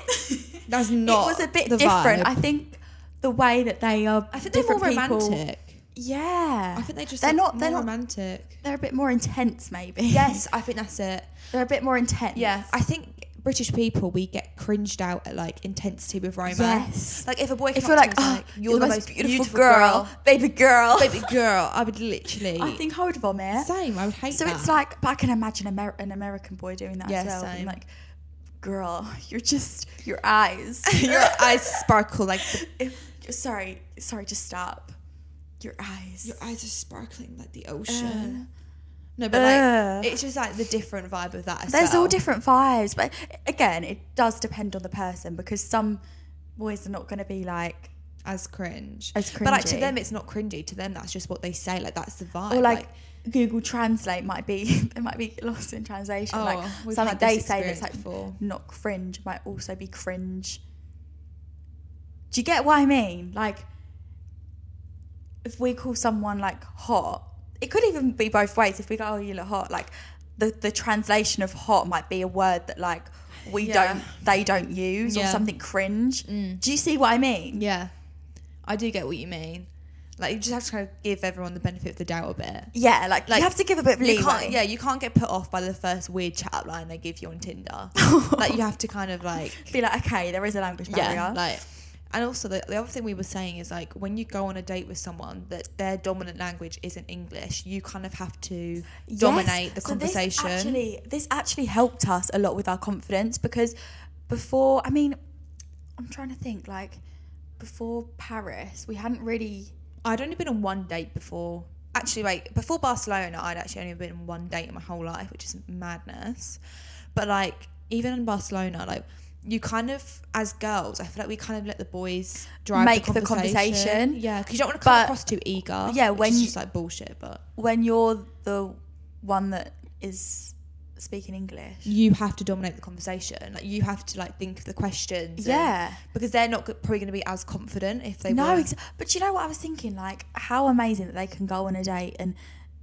Speaker 1: bit.
Speaker 2: that's
Speaker 1: it
Speaker 2: not
Speaker 1: was a bit
Speaker 2: the
Speaker 1: different.
Speaker 2: vibe.
Speaker 1: I think the way that they are.
Speaker 2: I think they're more
Speaker 1: different people-
Speaker 2: romantic
Speaker 1: Yeah.
Speaker 2: i think they just
Speaker 1: they're
Speaker 2: look
Speaker 1: not. They're
Speaker 2: more
Speaker 1: not.
Speaker 2: romantic
Speaker 1: They're a bit more intense, maybe.
Speaker 2: yes i think that's it
Speaker 1: They're a bit more intense.
Speaker 2: Yeah, I think British people we get cringed out at like intensity with romance.
Speaker 1: Yes.
Speaker 2: Like if a boy
Speaker 1: If
Speaker 2: came up
Speaker 1: you're
Speaker 2: to
Speaker 1: like,
Speaker 2: me and was
Speaker 1: oh, you're the, most, beautiful, girl,
Speaker 2: girl,
Speaker 1: baby girl.
Speaker 2: [LAUGHS] baby girl, I would
Speaker 1: [LAUGHS]
Speaker 2: literally.
Speaker 1: I think I would vomit.
Speaker 2: same. I would hate.
Speaker 1: So
Speaker 2: that.
Speaker 1: it's like, but I can imagine Amer- an American boy doing that
Speaker 2: Yeah,
Speaker 1: as well. being
Speaker 2: same.
Speaker 1: like, girl, [LAUGHS] you're just your eyes. [LAUGHS]
Speaker 2: [LAUGHS] your eyes sparkle like the,
Speaker 1: sorry, sorry, just stop. Your eyes.
Speaker 2: your eyes are sparkling like
Speaker 1: Uh.
Speaker 2: the ocean. no, but like it's just like the different vibe of that. As
Speaker 1: There's all
Speaker 2: well.
Speaker 1: different vibes, but again, it does depend on the person because some boys are not going to be like,
Speaker 2: as cringe.
Speaker 1: As
Speaker 2: But like to
Speaker 1: cringy.
Speaker 2: them, it's not cringy. To them, that's just what they say. Like that's the vibe.
Speaker 1: or like, Google Translate might be, [LAUGHS] it might be lost in translation.
Speaker 2: Oh,
Speaker 1: like
Speaker 2: we've
Speaker 1: something
Speaker 2: had this
Speaker 1: they say that's
Speaker 2: experience
Speaker 1: like
Speaker 2: before.
Speaker 1: not cringe might also be cringe. Do you get what I mean? Like, if we call someone like hot, it could even be both ways. If we go, oh, you look hot, like the the translation of hot might be a word that like we
Speaker 2: Yeah.
Speaker 1: don't, they don't use, or
Speaker 2: Yeah. Mm.
Speaker 1: something cringe. Do you see what I mean?
Speaker 2: Yeah, I do get what you mean. Like you just have to kind of give everyone the benefit of the doubt a bit.
Speaker 1: Yeah, like,
Speaker 2: Like,
Speaker 1: you have to give a bit of
Speaker 2: You
Speaker 1: leeway.
Speaker 2: can't, yeah, you can't get put off by the first weird chat up line they give you
Speaker 1: [LAUGHS]
Speaker 2: on Tinder. like you have to kind of like
Speaker 1: Be like, okay, there is a language barrier.
Speaker 2: yeah, like. And also the, the other thing we were saying is like when you go on a date with someone that their dominant language isn't English, you kind of have to dominate the
Speaker 1: So
Speaker 2: conversation.
Speaker 1: This actually, this actually helped us a lot with our confidence because before, I mean, I'm trying to think like before Paris, we hadn't really.
Speaker 2: I'd only been on one date before. Actually, wait, before Barcelona, I'd actually only been on one date in my whole life, which is madness. But like, even in Barcelona, like, you kind of, as girls, I feel like we kind of let the boys drive
Speaker 1: Make the
Speaker 2: the conversation.
Speaker 1: conversation.
Speaker 2: Yeah, because you don't want to come
Speaker 1: But-
Speaker 2: across too eager.
Speaker 1: Yeah,
Speaker 2: which
Speaker 1: when
Speaker 2: is
Speaker 1: you-
Speaker 2: just like bullshit, but
Speaker 1: When you're the one that is speaking English,
Speaker 2: you have to dominate the conversation. Like, you have to like think of the questions. and-
Speaker 1: Yeah.
Speaker 2: because they're not go- probably going to be as confident if they
Speaker 1: no,
Speaker 2: were.
Speaker 1: ex- but you know what I was thinking? Like, how amazing that they can go on a date and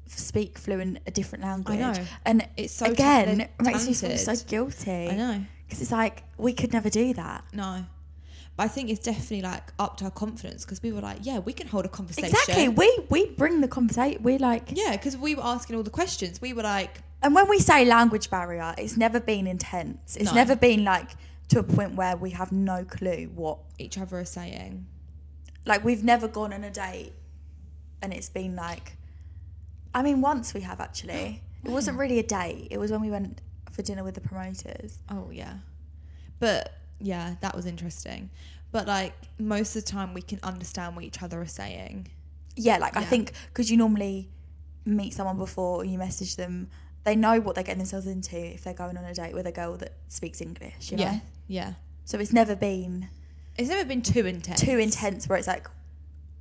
Speaker 1: f- speak fluent a different language.
Speaker 2: know.
Speaker 1: And
Speaker 2: It's so ta-
Speaker 1: again
Speaker 2: they're
Speaker 1: makes me feel so
Speaker 2: talented.
Speaker 1: guilty.
Speaker 2: I know.
Speaker 1: because it's like we could never do that.
Speaker 2: No. But I think it's definitely like up to our confidence because we were like, yeah, we can hold a conversation.
Speaker 1: Exactly. We we bring the conversation. We like
Speaker 2: yeah, because we were asking all the questions. We were like,
Speaker 1: And when we say language barrier, it's never been intense. It's
Speaker 2: No.
Speaker 1: never been like to a point where we have no clue what.
Speaker 2: each other are saying.
Speaker 1: Like we've never gone on a date, and it's been like, I mean, once we have actually. It wasn't really a date. It was when we went for dinner with the promoters.
Speaker 2: Oh, yeah. But yeah, that was interesting. But like most of the time, we can understand what each other are saying.
Speaker 1: Yeah, like I
Speaker 2: Yeah.
Speaker 1: think because you normally meet someone before you message them, they know what they're getting themselves into if they're going on a date with a girl that speaks English. You yeah. Know?
Speaker 2: Yeah.
Speaker 1: So it's never been
Speaker 2: It's never been too intense.
Speaker 1: too intense where it's like,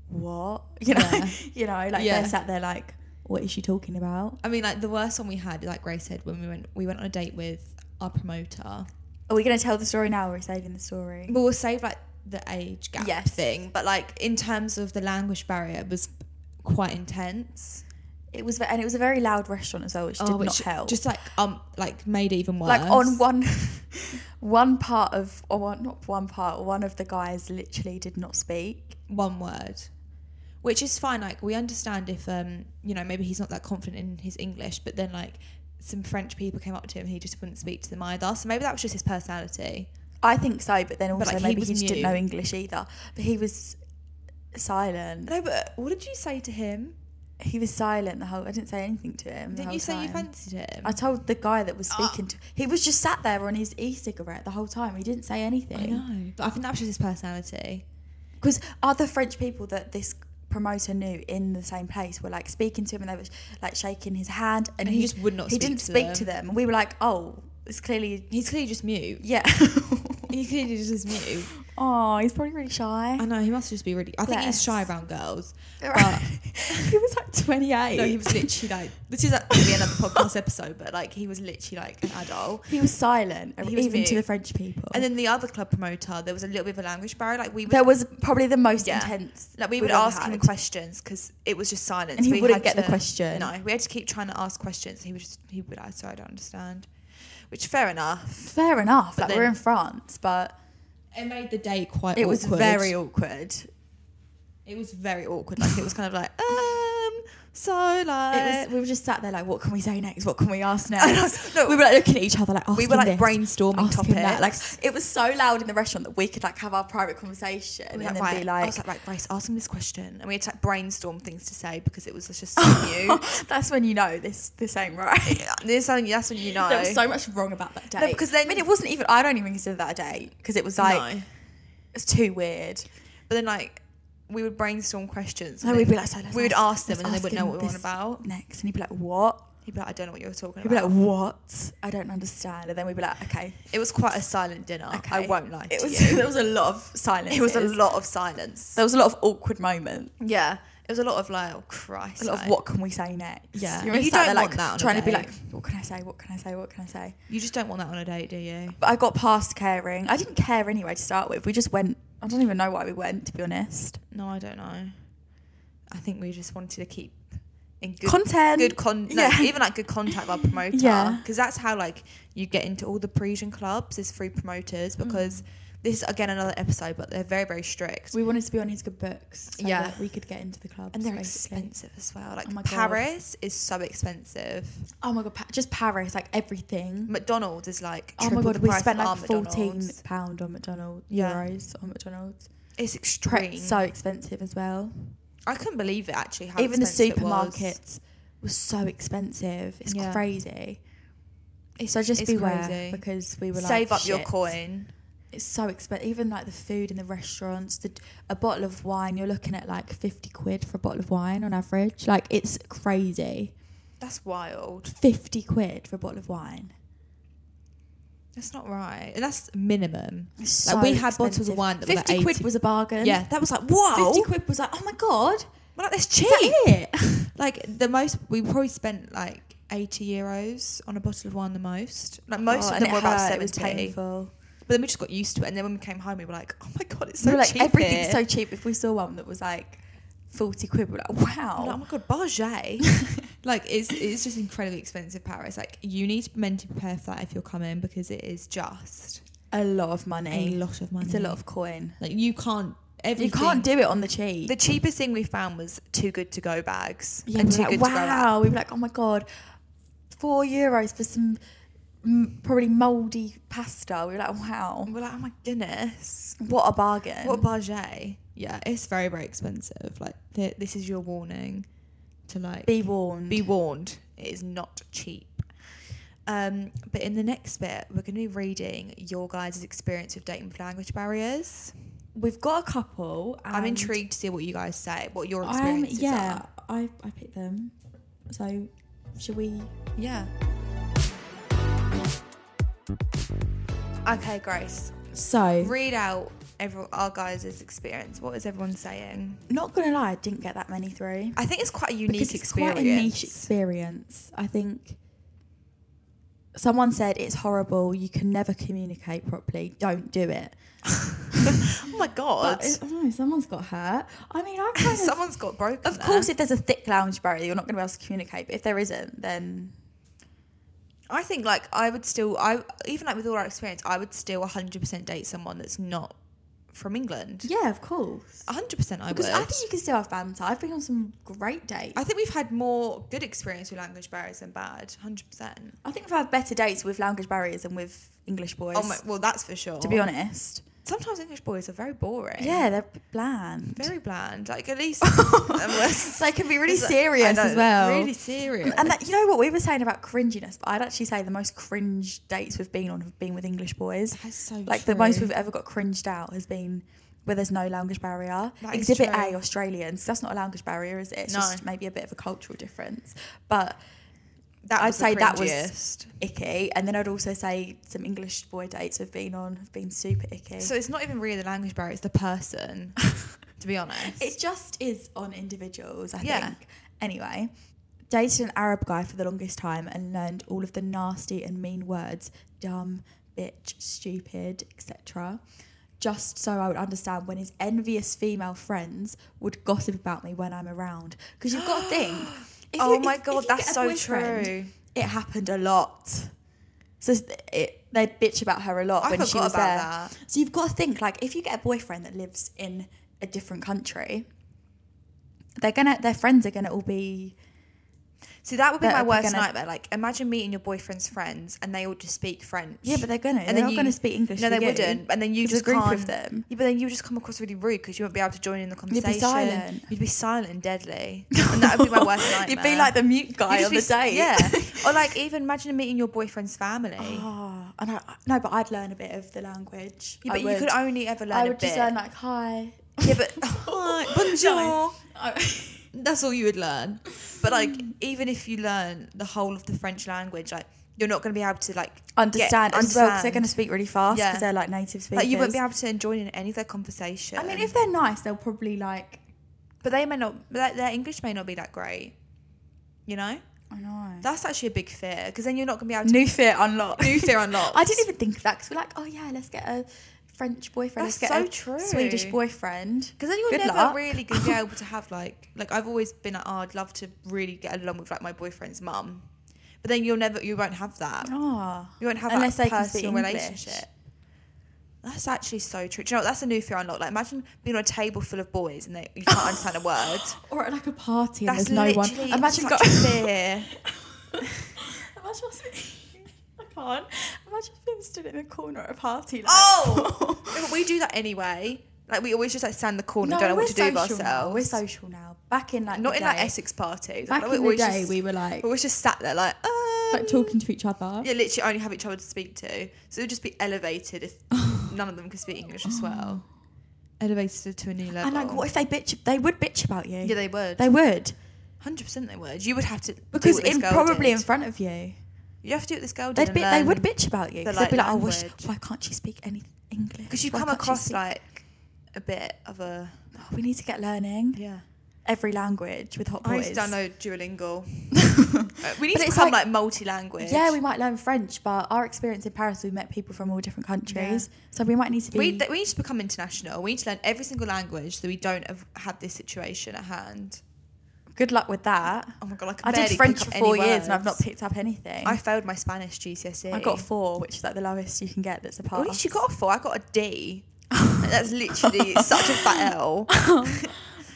Speaker 1: what? [LAUGHS] You know,
Speaker 2: Yeah.
Speaker 1: you know, like
Speaker 2: Yeah.
Speaker 1: they're sat there like, what is she talking about?
Speaker 2: I mean, like the worst one we had, like Grace said, when we went we went on a date with our promoter.
Speaker 1: Are we going to tell the story now or are we saving the story?
Speaker 2: But we'll save like the age gap
Speaker 1: Yes.
Speaker 2: thing. But like in terms of the language barrier, it was quite intense.
Speaker 1: It was, ve- and it was a very loud restaurant as well, which did not
Speaker 2: Oh, which
Speaker 1: help.
Speaker 2: Just like um, like made it even worse.
Speaker 1: like on one, [LAUGHS] one part of, or one, not one part, one of the guys literally did not speak.
Speaker 2: one word which is fine like we understand if um you know maybe he's not that confident in his english but then like some french people came up to him he just wouldn't speak to them either so maybe that was just his personality
Speaker 1: I think so, but then also
Speaker 2: like, he
Speaker 1: maybe he,
Speaker 2: was
Speaker 1: just didn't
Speaker 2: new.
Speaker 1: know English either. But he was silent.
Speaker 2: no but what did you say to him
Speaker 1: He was silent the whole. I didn't say anything to him. the
Speaker 2: didn't
Speaker 1: whole
Speaker 2: you say you
Speaker 1: time.
Speaker 2: fancied him
Speaker 1: I told the guy that was
Speaker 2: Oh.
Speaker 1: speaking to. He was just sat there on his e-cigarette the whole time. He didn't say
Speaker 2: I
Speaker 1: anything.
Speaker 2: know but i think that was just his personality
Speaker 1: Because other French people that this promoter knew in the same place were like speaking to him and they were like shaking his hand and,
Speaker 2: And he just would not
Speaker 1: He
Speaker 2: speak
Speaker 1: didn't
Speaker 2: to
Speaker 1: speak
Speaker 2: them.
Speaker 1: to them. And we were like, oh, it's clearly
Speaker 2: he's clearly just mute [LAUGHS]
Speaker 1: yeah.
Speaker 2: he's clearly just mute
Speaker 1: oh, he's probably really shy. [LAUGHS]
Speaker 2: i know he must just be really i think he's
Speaker 1: Bless.
Speaker 2: shy around girls
Speaker 1: [LAUGHS] he was like 28.
Speaker 2: no he was literally like this is like maybe another
Speaker 1: [LAUGHS]
Speaker 2: podcast episode but like he was literally like an adult
Speaker 1: He was silent,
Speaker 2: He was
Speaker 1: even to
Speaker 2: mute.
Speaker 1: the French people.
Speaker 2: And then the other club promoter, there was a little bit of a language barrier. Like we would,
Speaker 1: there was probably the most
Speaker 2: yeah.
Speaker 1: intense.
Speaker 2: Like we
Speaker 1: we've
Speaker 2: would
Speaker 1: ever
Speaker 2: ask him
Speaker 1: had.
Speaker 2: questions because it was just silence.
Speaker 1: And he
Speaker 2: We
Speaker 1: wouldn't get
Speaker 2: had
Speaker 1: the
Speaker 2: to-
Speaker 1: question.
Speaker 2: No, we had to keep trying to ask questions. He was just he would like, so I don't understand, which fair enough.
Speaker 1: Fair enough. like we're
Speaker 2: then-
Speaker 1: in France, but
Speaker 2: It made the day quite.
Speaker 1: it was very awkward.
Speaker 2: It was very awkward. Like it was kind of [LAUGHS] like um. So like
Speaker 1: It was, Uh, we were just sat there like, what can we say next? What can we [LAUGHS] ask next?
Speaker 2: No.
Speaker 1: we were like looking at each other like,
Speaker 2: We
Speaker 1: "Ask
Speaker 2: were,
Speaker 1: him
Speaker 2: like,
Speaker 1: this,
Speaker 2: brainstorming
Speaker 1: ask him that."
Speaker 2: topics.
Speaker 1: Like it was so loud in the restaurant that we could like have our private conversation
Speaker 2: we
Speaker 1: and then
Speaker 2: were like, right.
Speaker 1: be
Speaker 2: I
Speaker 1: like,
Speaker 2: was like, right, Grace, ask him this question, and we had to like brainstorm things to say because it was just
Speaker 1: [LAUGHS]
Speaker 2: so new.
Speaker 1: that's when you know this this ain't [LAUGHS] right.
Speaker 2: This, that's when you know.
Speaker 1: There was so much wrong about that day.
Speaker 2: No, because then-
Speaker 1: I mean, it wasn't even. I don't even consider that a day because it was like
Speaker 2: No.
Speaker 1: it's too weird.
Speaker 2: But then like we would brainstorm questions.
Speaker 1: So
Speaker 2: and
Speaker 1: we'd
Speaker 2: then
Speaker 1: be like, so let's
Speaker 2: we would ask them,
Speaker 1: let's
Speaker 2: and then they wouldn't know
Speaker 1: him
Speaker 2: what we were on
Speaker 1: this
Speaker 2: about.
Speaker 1: next, and he'd be like, "What?"
Speaker 2: He'd be like, I don't know what you're talking
Speaker 1: He'd be
Speaker 2: about.
Speaker 1: like, "What?" I don't understand, and then we'd be like, "Okay,
Speaker 2: it was quite a silent dinner.
Speaker 1: okay."
Speaker 2: I won't lie
Speaker 1: It
Speaker 2: to
Speaker 1: was
Speaker 2: [LAUGHS]
Speaker 1: [LAUGHS]
Speaker 2: you.
Speaker 1: there was a lot of silence.
Speaker 2: it was a lot of silence.
Speaker 1: There was a lot of awkward moments.
Speaker 2: yeah, it was a lot of like, oh Christ,
Speaker 1: A lot of
Speaker 2: like,
Speaker 1: what can we say next?
Speaker 2: Yeah.
Speaker 1: you, remember
Speaker 2: You
Speaker 1: sat
Speaker 2: don't
Speaker 1: there,
Speaker 2: want
Speaker 1: like,
Speaker 2: that on a
Speaker 1: Trying to be
Speaker 2: date.
Speaker 1: like, "What can I say? What can I say? What can I say?"
Speaker 2: You just don't want that on a date, do you?
Speaker 1: But I got past caring. I didn't care anyway to start with. We just went. I don't even know why we went, to be honest.
Speaker 2: No, I don't know. I think we just wanted to keep in good
Speaker 1: Content.
Speaker 2: good con, no,
Speaker 1: Yeah.
Speaker 2: even like good contact with our
Speaker 1: [LAUGHS]
Speaker 2: promoter.
Speaker 1: Yeah.
Speaker 2: because that's how like you get into all the Parisian clubs is through promoters
Speaker 1: Mm.
Speaker 2: because. This is again another episode, but they're very, very strict.
Speaker 1: We wanted to be on his good books, so
Speaker 2: Yeah.
Speaker 1: that we could get into the clubs.
Speaker 2: and they're
Speaker 1: basically.
Speaker 2: expensive as well. Like
Speaker 1: Oh my God.
Speaker 2: Paris is so expensive.
Speaker 1: Oh my god, pa- just Paris, like everything.
Speaker 2: McDonald's is like
Speaker 1: Oh my
Speaker 2: Mm. triple
Speaker 1: god,
Speaker 2: the
Speaker 1: we
Speaker 2: price
Speaker 1: spent
Speaker 2: of
Speaker 1: like
Speaker 2: our
Speaker 1: fourteen
Speaker 2: McDonald's.
Speaker 1: pound on McDonald's
Speaker 2: Yeah.
Speaker 1: euros on McDonald's.
Speaker 2: It's
Speaker 1: Pre-
Speaker 2: extreme.
Speaker 1: so expensive as well.
Speaker 2: I couldn't believe it actually. How
Speaker 1: Even the
Speaker 2: expensive it was.
Speaker 1: supermarkets were so expensive. It's
Speaker 2: Yeah.
Speaker 1: crazy. so just
Speaker 2: it's
Speaker 1: beware
Speaker 2: crazy.
Speaker 1: because we were like,
Speaker 2: Save up your
Speaker 1: "Shit."
Speaker 2: coin.
Speaker 1: It's so expensive. Even like the food in the restaurants, the, a bottle of wine, you're looking at like fifty quid for a bottle of wine on average. Like it's crazy.
Speaker 2: That's wild.
Speaker 1: Fifty quid for a bottle of wine.
Speaker 2: That's not right. And that's minimum.
Speaker 1: It's
Speaker 2: like
Speaker 1: so
Speaker 2: we had bottles of
Speaker 1: expensive.
Speaker 2: wine that were like
Speaker 1: fifty
Speaker 2: 80.
Speaker 1: quid was a bargain.
Speaker 2: yeah, that was like wow.
Speaker 1: 50 quid was like, oh my god,
Speaker 2: Well, like, that's
Speaker 1: is
Speaker 2: cheap.
Speaker 1: that it?
Speaker 2: Like the most we probably spent like eighty euros on a bottle of wine. The most like [LAUGHS] most
Speaker 1: Oh,
Speaker 2: of
Speaker 1: and
Speaker 2: them
Speaker 1: it
Speaker 2: were about
Speaker 1: hurt, it was
Speaker 2: seventy. But
Speaker 1: painful.
Speaker 2: then we just got used to it. And then when we came home, we were like, oh my god, it's so
Speaker 1: we were like,
Speaker 2: cheap.
Speaker 1: everything's
Speaker 2: here."
Speaker 1: so cheap. If we saw one that was like 40 quid, we were like, wow.
Speaker 2: I'm like, oh my god, Barget.
Speaker 1: [LAUGHS]
Speaker 2: like it's it's just incredibly expensive Paris. Like you need to be meant to prepare for that if you're coming because it is just
Speaker 1: a lot of money.
Speaker 2: a lot of money.
Speaker 1: It's a lot of coin.
Speaker 2: like you can't everything.
Speaker 1: You can't do it on the cheap.
Speaker 2: the cheapest thing we found was too good to go bags
Speaker 1: yeah,
Speaker 2: and
Speaker 1: we
Speaker 2: too
Speaker 1: were like,
Speaker 2: good to go out.
Speaker 1: wow. We were like, oh my god, four euros for some mm, probably mouldy pasta. We were like, wow,
Speaker 2: We're like, oh my goodness,
Speaker 1: what a bargain.
Speaker 2: what a Barget? Yeah, it's very very expensive. Like th- this is your warning to like
Speaker 1: Be warned.
Speaker 2: Be warned, it is not cheap. Um, but in the next bit, we're going to be reading your guys' experience with dating with language barriers.
Speaker 1: We've got a couple.
Speaker 2: I'm
Speaker 1: and
Speaker 2: intrigued to see what you guys say, what your
Speaker 1: I'm,
Speaker 2: experiences
Speaker 1: yeah, I, I picked them. So, should we
Speaker 2: are. Yeah. Okay, Grace,
Speaker 1: So,
Speaker 2: read out every, our guys' experience. What is everyone saying?
Speaker 1: not gonna lie, I didn't get that many through
Speaker 2: I think it's quite a unique
Speaker 1: because it's
Speaker 2: experience.
Speaker 1: quite a niche experience. I think Someone said it's horrible. You can never communicate properly. Don't do it.
Speaker 2: Oh my god.
Speaker 1: But I don't know. Someone's got hurt. I mean, I [LAUGHS] kind of.
Speaker 2: [LAUGHS] Someone's got broken.
Speaker 1: Of
Speaker 2: there.
Speaker 1: course, if there's a thick lounge barrier, you're not going to be able to communicate. But if there isn't, then
Speaker 2: I think like I would still I even like with all our experience, I would still 100% date someone that's not from England.
Speaker 1: yeah, of course.
Speaker 2: 100% I
Speaker 1: Because
Speaker 2: would.
Speaker 1: I think you can still have banter. I've been on some great dates.
Speaker 2: I think we've had more good experience with language barriers than bad. 100%.
Speaker 1: I think I've had better dates with language barriers than with English boys.
Speaker 2: Oh my, well that's for sure.
Speaker 1: to be honest.
Speaker 2: Sometimes English boys are very boring.
Speaker 1: Yeah, they're bland.
Speaker 2: Very bland. Like at
Speaker 1: [LAUGHS]
Speaker 2: least [LAUGHS] unless
Speaker 1: They can be really
Speaker 2: It's like-
Speaker 1: serious
Speaker 2: I know,
Speaker 1: as well.
Speaker 2: Really serious.
Speaker 1: And that, you know what we were saying about cringiness, but I'd actually say the most cringe dates we've been on have been with English boys.
Speaker 2: That's so
Speaker 1: like the most
Speaker 2: true.
Speaker 1: we've ever got cringed out has been where there's no language barrier.
Speaker 2: That is
Speaker 1: Exhibit
Speaker 2: true.
Speaker 1: A, Australians. That's not a language barrier, is it? It's
Speaker 2: No.
Speaker 1: just maybe a bit of a cultural difference. But
Speaker 2: that
Speaker 1: I'd
Speaker 2: was the
Speaker 1: say that was
Speaker 2: cringiest.
Speaker 1: icky. And then I'd also say some English boy dates we've been on have been super icky.
Speaker 2: So it's not even really the language barrier, it's the [LAUGHS] person. to be honest.
Speaker 1: It just is on individuals, I
Speaker 2: Yeah.
Speaker 1: think. Anyway, dated an Arab guy for the longest time and learned all of the nasty and mean words dumb, bitch, stupid, etc. Just so I would understand when his envious female friends would gossip about me when I'm around. Because you've got to think. [GASPS] if
Speaker 2: Oh
Speaker 1: you-
Speaker 2: my
Speaker 1: if- if
Speaker 2: God,
Speaker 1: you get
Speaker 2: that's
Speaker 1: a
Speaker 2: so
Speaker 1: boyfriend,
Speaker 2: true.
Speaker 1: It happened a lot. So it's- it, they'd bitch about her a lot
Speaker 2: I
Speaker 1: when she
Speaker 2: forgot
Speaker 1: was
Speaker 2: about
Speaker 1: there.
Speaker 2: that.
Speaker 1: So you've got to think like if you get a boyfriend that lives in a different country, they're gonna their friends are gonna all be
Speaker 2: See, that would be
Speaker 1: That
Speaker 2: my
Speaker 1: would be
Speaker 2: worst
Speaker 1: gonna-
Speaker 2: nightmare. Like, imagine meeting your boyfriend's friends and they all just speak French.
Speaker 1: Yeah, but they're gonna. They're not gonna speak English
Speaker 2: No,
Speaker 1: for
Speaker 2: they
Speaker 1: you.
Speaker 2: wouldn't. And then you
Speaker 1: It's a
Speaker 2: just
Speaker 1: group
Speaker 2: can't,
Speaker 1: of them.
Speaker 2: Yeah, but then you would just come across really rude because you won't be able to join in the
Speaker 1: be
Speaker 2: conversation.
Speaker 1: silent.
Speaker 2: You'd be silent
Speaker 1: [LAUGHS]
Speaker 2: and deadly. And that would be my [LAUGHS] worst nightmare.
Speaker 1: You'd be like the mute
Speaker 2: You'd
Speaker 1: guy
Speaker 2: just
Speaker 1: on
Speaker 2: be
Speaker 1: the
Speaker 2: s-
Speaker 1: date. [LAUGHS]
Speaker 2: [LAUGHS] Yeah. or like even imagine meeting your boyfriend's family.
Speaker 1: Ah, and I no, but I'd learn a bit of the language.
Speaker 2: Yeah,
Speaker 1: I
Speaker 2: but you
Speaker 1: would.
Speaker 2: could only ever learn
Speaker 1: I
Speaker 2: a
Speaker 1: would
Speaker 2: bit.
Speaker 1: just learn like hi.
Speaker 2: yeah,
Speaker 1: [LAUGHS]
Speaker 2: but [LAUGHS] Hi, [LAUGHS] bonjour.
Speaker 1: I-
Speaker 2: That's all you would learn. But like, even if you learn the whole of the French language, like you're not going to be able to like get-
Speaker 1: [LAUGHS] understand as well because they're going
Speaker 2: understand.
Speaker 1: to speak really fast because
Speaker 2: Yeah.
Speaker 1: they're like native speakers.
Speaker 2: Like you won't be able to join in any of their conversation.
Speaker 1: I mean, if they're nice, they'll probably like.
Speaker 2: but they may not, their their English may not be that great. You know,
Speaker 1: I know.
Speaker 2: that's actually a big fear because then you're not gonna be able to.
Speaker 1: New fear unlocked.
Speaker 2: New [LAUGHS] fear unlocked.
Speaker 1: I didn't even think of that because we're like, oh yeah, let's get a French boyfriend.
Speaker 2: That's
Speaker 1: let's
Speaker 2: so
Speaker 1: get
Speaker 2: true.
Speaker 1: a Swedish boyfriend.
Speaker 2: Because then you're
Speaker 1: Good
Speaker 2: never
Speaker 1: luck.
Speaker 2: really gonna [LAUGHS] be able to have like like I've always been like, oh, I'd love to really get along with like my boyfriend's mum, but then you'll never you won't have that.
Speaker 1: Ah,
Speaker 2: You won't have
Speaker 1: unless
Speaker 2: that
Speaker 1: they can speak
Speaker 2: personal
Speaker 1: English.
Speaker 2: relationship. That's actually so true. Do you know what? That's a new fear unlocked. Like imagine being on a table full of boys and they, you can't
Speaker 1: [SIGHS]
Speaker 2: understand a word.
Speaker 1: Or at like a party and
Speaker 2: That's
Speaker 1: there's no one.
Speaker 2: literally
Speaker 1: Imagine
Speaker 2: such
Speaker 1: got. [LAUGHS]
Speaker 2: a fear.
Speaker 1: Imagine us being- I can't. Imagine us being stood in a corner at a party. Like,
Speaker 2: Oh,
Speaker 1: [LAUGHS]
Speaker 2: No, but we do that anyway. Like we always just like stand in the corner,
Speaker 1: no,
Speaker 2: don't know
Speaker 1: we're
Speaker 2: what to do with
Speaker 1: social now.
Speaker 2: ourselves.
Speaker 1: We're social now. Back in like
Speaker 2: Not
Speaker 1: the
Speaker 2: in like
Speaker 1: day.
Speaker 2: Essex parties.
Speaker 1: Back
Speaker 2: like,
Speaker 1: in the
Speaker 2: always
Speaker 1: day,
Speaker 2: just-
Speaker 1: we were like
Speaker 2: we always just sat there like, um,
Speaker 1: like talking to each other.
Speaker 2: Yeah, literally only have each other to speak to, so it would just be
Speaker 1: [LAUGHS]
Speaker 2: elevated if none of them could speak English as well. Elevated to a new level.
Speaker 1: And like, what if they bitch? They would bitch about you.
Speaker 2: Yeah, they would.
Speaker 1: They would
Speaker 2: Hundred percent, they would. You would have to do
Speaker 1: because
Speaker 2: what this
Speaker 1: in
Speaker 2: girl
Speaker 1: probably
Speaker 2: did.
Speaker 1: in front of you.
Speaker 2: You have to do what this girl did.
Speaker 1: They'd be, they would bitch about you.
Speaker 2: the,
Speaker 1: 'cause they'd be
Speaker 2: like,
Speaker 1: like, oh, why, sh-
Speaker 2: language.
Speaker 1: why can't she speak any English?
Speaker 2: because you
Speaker 1: Why
Speaker 2: come
Speaker 1: can't she
Speaker 2: across
Speaker 1: speak-
Speaker 2: like a bit of a
Speaker 1: Oh, we need to get learning
Speaker 2: yeah.
Speaker 1: every language with hot boys.
Speaker 2: I used to download [LAUGHS] Duolingo. Uh, we need
Speaker 1: But
Speaker 2: to
Speaker 1: it's
Speaker 2: become like,
Speaker 1: like-
Speaker 2: multi-language.
Speaker 1: Yeah, we might learn French, but our experience in Paris, we met people from all different countries, so we might need to be.
Speaker 2: We, th- we need to become international. We need to learn every single language so we don't have, have this situation at hand.
Speaker 1: good luck with that.
Speaker 2: Oh my god, I, can
Speaker 1: I did
Speaker 2: barely
Speaker 1: French
Speaker 2: pick
Speaker 1: for
Speaker 2: up
Speaker 1: four
Speaker 2: any
Speaker 1: years and I've not
Speaker 2: words.
Speaker 1: picked up anything.
Speaker 2: I failed my Spanish GCSE.
Speaker 1: I got four, which is like the lowest you can get. That's a pass.
Speaker 2: E. What did you got a four? I got a [LAUGHS] D. Like, That's literally such a fat L.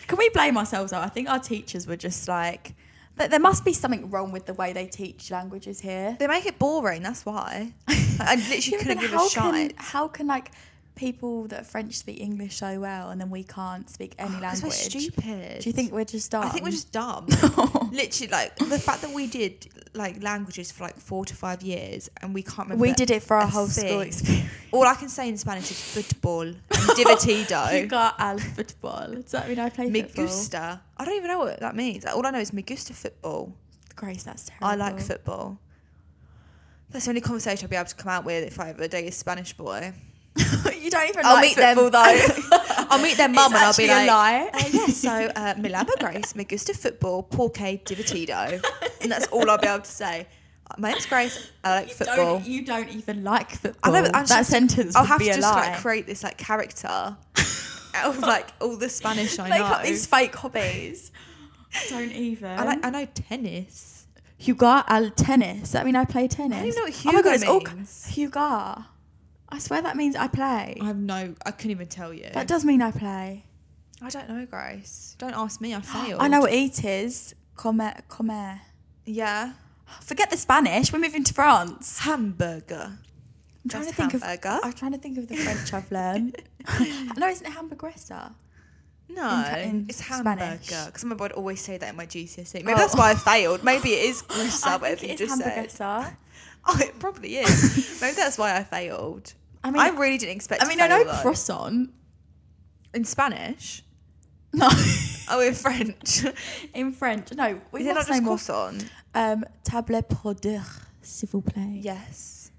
Speaker 1: Can we blame ourselves though? I think our teachers were just like, th- there must be something wrong with the way they teach languages here.
Speaker 2: They make it boring. That's why.
Speaker 1: [LAUGHS]
Speaker 2: I literally
Speaker 1: Yeah, but
Speaker 2: couldn't
Speaker 1: then
Speaker 2: give
Speaker 1: how
Speaker 2: a shite.
Speaker 1: Can, how can like people that are French speak English so well and then we can't speak any
Speaker 2: [GASPS] 'Cause
Speaker 1: language?
Speaker 2: we're stupid.
Speaker 1: Do you think we're just dumb?
Speaker 2: I think we're
Speaker 1: [LAUGHS]
Speaker 2: just dumb. literally, like the fact that we did like languages for like four to five years and we can't remember.
Speaker 1: We did it for our
Speaker 2: a
Speaker 1: whole school
Speaker 2: thing.
Speaker 1: experience.
Speaker 2: All I can say in Spanish is football and divertido.
Speaker 1: [LAUGHS] You got al football. Does that mean I play
Speaker 2: Me
Speaker 1: football?
Speaker 2: gusta. I don't even know what that means. Like, all I know is me gusta football.
Speaker 1: Grace, that's terrible.
Speaker 2: I like football. That's the only conversation I'll be able to come out with if I ever date a Spanish boy.
Speaker 1: [LAUGHS] you don't even
Speaker 2: I'll
Speaker 1: like
Speaker 2: meet them [LAUGHS]
Speaker 1: football though.
Speaker 2: I'll meet their mum
Speaker 1: It's
Speaker 2: and I'll be
Speaker 1: actually
Speaker 2: like,
Speaker 1: a lie.
Speaker 2: Uh, yeah, so
Speaker 1: [LAUGHS]
Speaker 2: uh, me lava Grace, me gusta football, porque divertido. And that's all I'll be able to say. Uh, my name's Grace. I like
Speaker 1: You
Speaker 2: football.
Speaker 1: Don't, you don't even like
Speaker 2: I
Speaker 1: football.
Speaker 2: know, but I'm
Speaker 1: that
Speaker 2: just-
Speaker 1: sentence.
Speaker 2: I'll
Speaker 1: would
Speaker 2: have
Speaker 1: be
Speaker 2: to
Speaker 1: a
Speaker 2: just
Speaker 1: lie.
Speaker 2: like create this like character [LAUGHS] out of like all the Spanish I
Speaker 1: Make
Speaker 2: know.
Speaker 1: up these fake
Speaker 2: [LAUGHS]
Speaker 1: hobbies. don't even.
Speaker 2: I like I know tennis.
Speaker 1: Hugar al tennis. I mean, I play tennis.
Speaker 2: even know what
Speaker 1: oh my God,
Speaker 2: Hugar
Speaker 1: it's all
Speaker 2: means.
Speaker 1: Hugar. I swear that means I play.
Speaker 2: I have no. I couldn't even tell you.
Speaker 1: that does mean I play.
Speaker 2: I don't know, Grace. Don't ask me. [GASPS] I failed.
Speaker 1: I know what eat is. Comer. Comer.
Speaker 2: Yeah.
Speaker 1: Forget the Spanish. We're moving to France.
Speaker 2: Hamburger.
Speaker 1: I'm trying
Speaker 2: That's
Speaker 1: to think
Speaker 2: hamburger.
Speaker 1: of. I'm trying to think of the French
Speaker 2: [LAUGHS]
Speaker 1: I've learned. no, isn't it hamburguesa?
Speaker 2: No,
Speaker 1: in- in
Speaker 2: it's
Speaker 1: Spanish. Oh.
Speaker 2: hamburger. Because my would always say that in my GCSE. E. Maybe that's why I failed. Maybe it
Speaker 1: [LAUGHS]
Speaker 2: is
Speaker 1: I
Speaker 2: grusa,
Speaker 1: think
Speaker 2: whatever
Speaker 1: it
Speaker 2: you
Speaker 1: is
Speaker 2: just said.
Speaker 1: hamburguesa.
Speaker 2: [LAUGHS] Oh, it probably is. Maybe that's why I failed. I
Speaker 1: I
Speaker 2: mean,
Speaker 1: mean-
Speaker 2: I really didn't expect.
Speaker 1: I mean,
Speaker 2: to
Speaker 1: I
Speaker 2: fail,
Speaker 1: know
Speaker 2: though.
Speaker 1: croissant. [LAUGHS]
Speaker 2: in Spanish.
Speaker 1: No,
Speaker 2: Oh, in French. [LAUGHS]
Speaker 1: in French. No, we
Speaker 2: Is it not
Speaker 1: must
Speaker 2: just
Speaker 1: name more.
Speaker 2: croissant?
Speaker 1: Um, table pour deux, s'il vous plaît.
Speaker 2: Yes.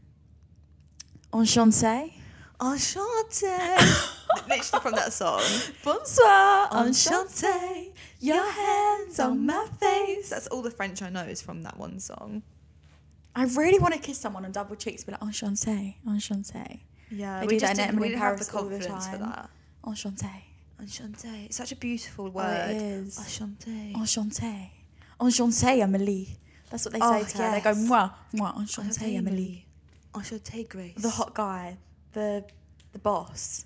Speaker 1: Enchanté. [LAUGHS]
Speaker 2: Enchanté.
Speaker 1: [COUGHS]
Speaker 2: Literally from that song.
Speaker 1: Bonsoir.
Speaker 2: Enchanté,
Speaker 1: Your hands on my face.
Speaker 2: That's all the French I know is from that one song.
Speaker 1: I really want to kiss someone on double cheeks, be like enchanté, enchanté,
Speaker 2: Yeah,
Speaker 1: They
Speaker 2: we
Speaker 1: do that
Speaker 2: just
Speaker 1: in
Speaker 2: didn't,
Speaker 1: Emily
Speaker 2: we
Speaker 1: in
Speaker 2: didn't have the
Speaker 1: Paris all the
Speaker 2: confidence for
Speaker 1: time.
Speaker 2: that.
Speaker 1: enchanté,
Speaker 2: Enchanté. It's such a beautiful word.
Speaker 1: is. Oh,
Speaker 2: Enchanté.
Speaker 1: enchanté, enchanté, Emily. That's what they
Speaker 2: Oh,
Speaker 1: say to her. They go
Speaker 2: yes. Oh,
Speaker 1: moi, moi, enchanté, Emily.
Speaker 2: Enchanté, Grace.
Speaker 1: The hot guy, the the boss.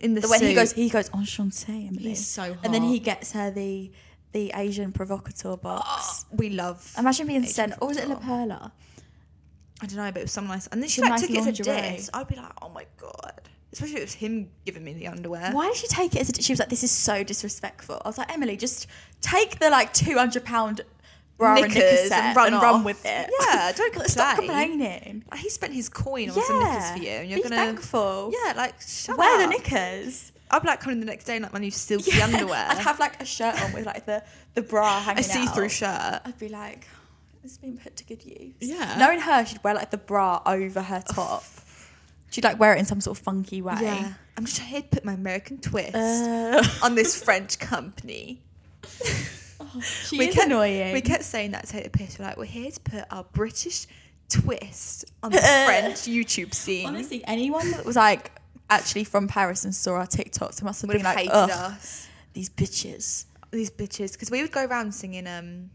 Speaker 2: in the,
Speaker 1: The way he
Speaker 2: suit.
Speaker 1: goes, he goes enchanté, Emily.
Speaker 2: He's so
Speaker 1: And then
Speaker 2: hot.
Speaker 1: he gets her the the Asian provocateur
Speaker 2: [GASPS]
Speaker 1: box.
Speaker 2: We love.
Speaker 1: Imagine being
Speaker 2: Asian
Speaker 1: sent. Or was it La
Speaker 2: folklore.
Speaker 1: Perla?
Speaker 2: I don't know, but it was some nice. And then she
Speaker 1: Some
Speaker 2: like
Speaker 1: nice
Speaker 2: took it as a
Speaker 1: lingerie.
Speaker 2: diss. I'd be like, oh my god. Especially if it was him giving me the underwear.
Speaker 1: Why did she take it as a, she was like, this is so disrespectful. I was like, Emily, just take the like 200 pound bra and knicker
Speaker 2: Knickers
Speaker 1: set
Speaker 2: and
Speaker 1: and
Speaker 2: run
Speaker 1: run,
Speaker 2: off.
Speaker 1: with it.
Speaker 2: Yeah, don't
Speaker 1: Like, [LAUGHS] Stop
Speaker 2: complain.
Speaker 1: complaining.
Speaker 2: Like, he spent his coin on
Speaker 1: yeah.
Speaker 2: some knickers for you, and you're
Speaker 1: Be
Speaker 2: gonna
Speaker 1: thankful.
Speaker 2: Yeah, like shut
Speaker 1: Wear
Speaker 2: up.
Speaker 1: the knickers.
Speaker 2: I'd be like coming the next day in like my new silky
Speaker 1: Yeah. [LAUGHS]
Speaker 2: underwear,
Speaker 1: I'd have like a shirt on with like the, the bra hanging
Speaker 2: a see-through
Speaker 1: out.
Speaker 2: shirt.
Speaker 1: I'd be like, it's been put to good use.
Speaker 2: Yeah.
Speaker 1: Knowing her, she'd wear like the bra over her top. she'd like wear it in some sort of funky way.
Speaker 2: I'm just trying to put my American twist
Speaker 1: Uh,
Speaker 2: on this French company.
Speaker 1: [LAUGHS] she is annoying.
Speaker 2: We kept saying that to take the piss. We're like, we're here to put our British twist
Speaker 1: [LAUGHS]
Speaker 2: on the French YouTube scene.
Speaker 1: Honestly, anyone that was like actually from Paris and saw our TikToks must have
Speaker 2: would
Speaker 1: been
Speaker 2: have
Speaker 1: like,
Speaker 2: hated
Speaker 1: Ugh,
Speaker 2: us.
Speaker 1: these bitches.
Speaker 2: These bitches, because we would go around singing um,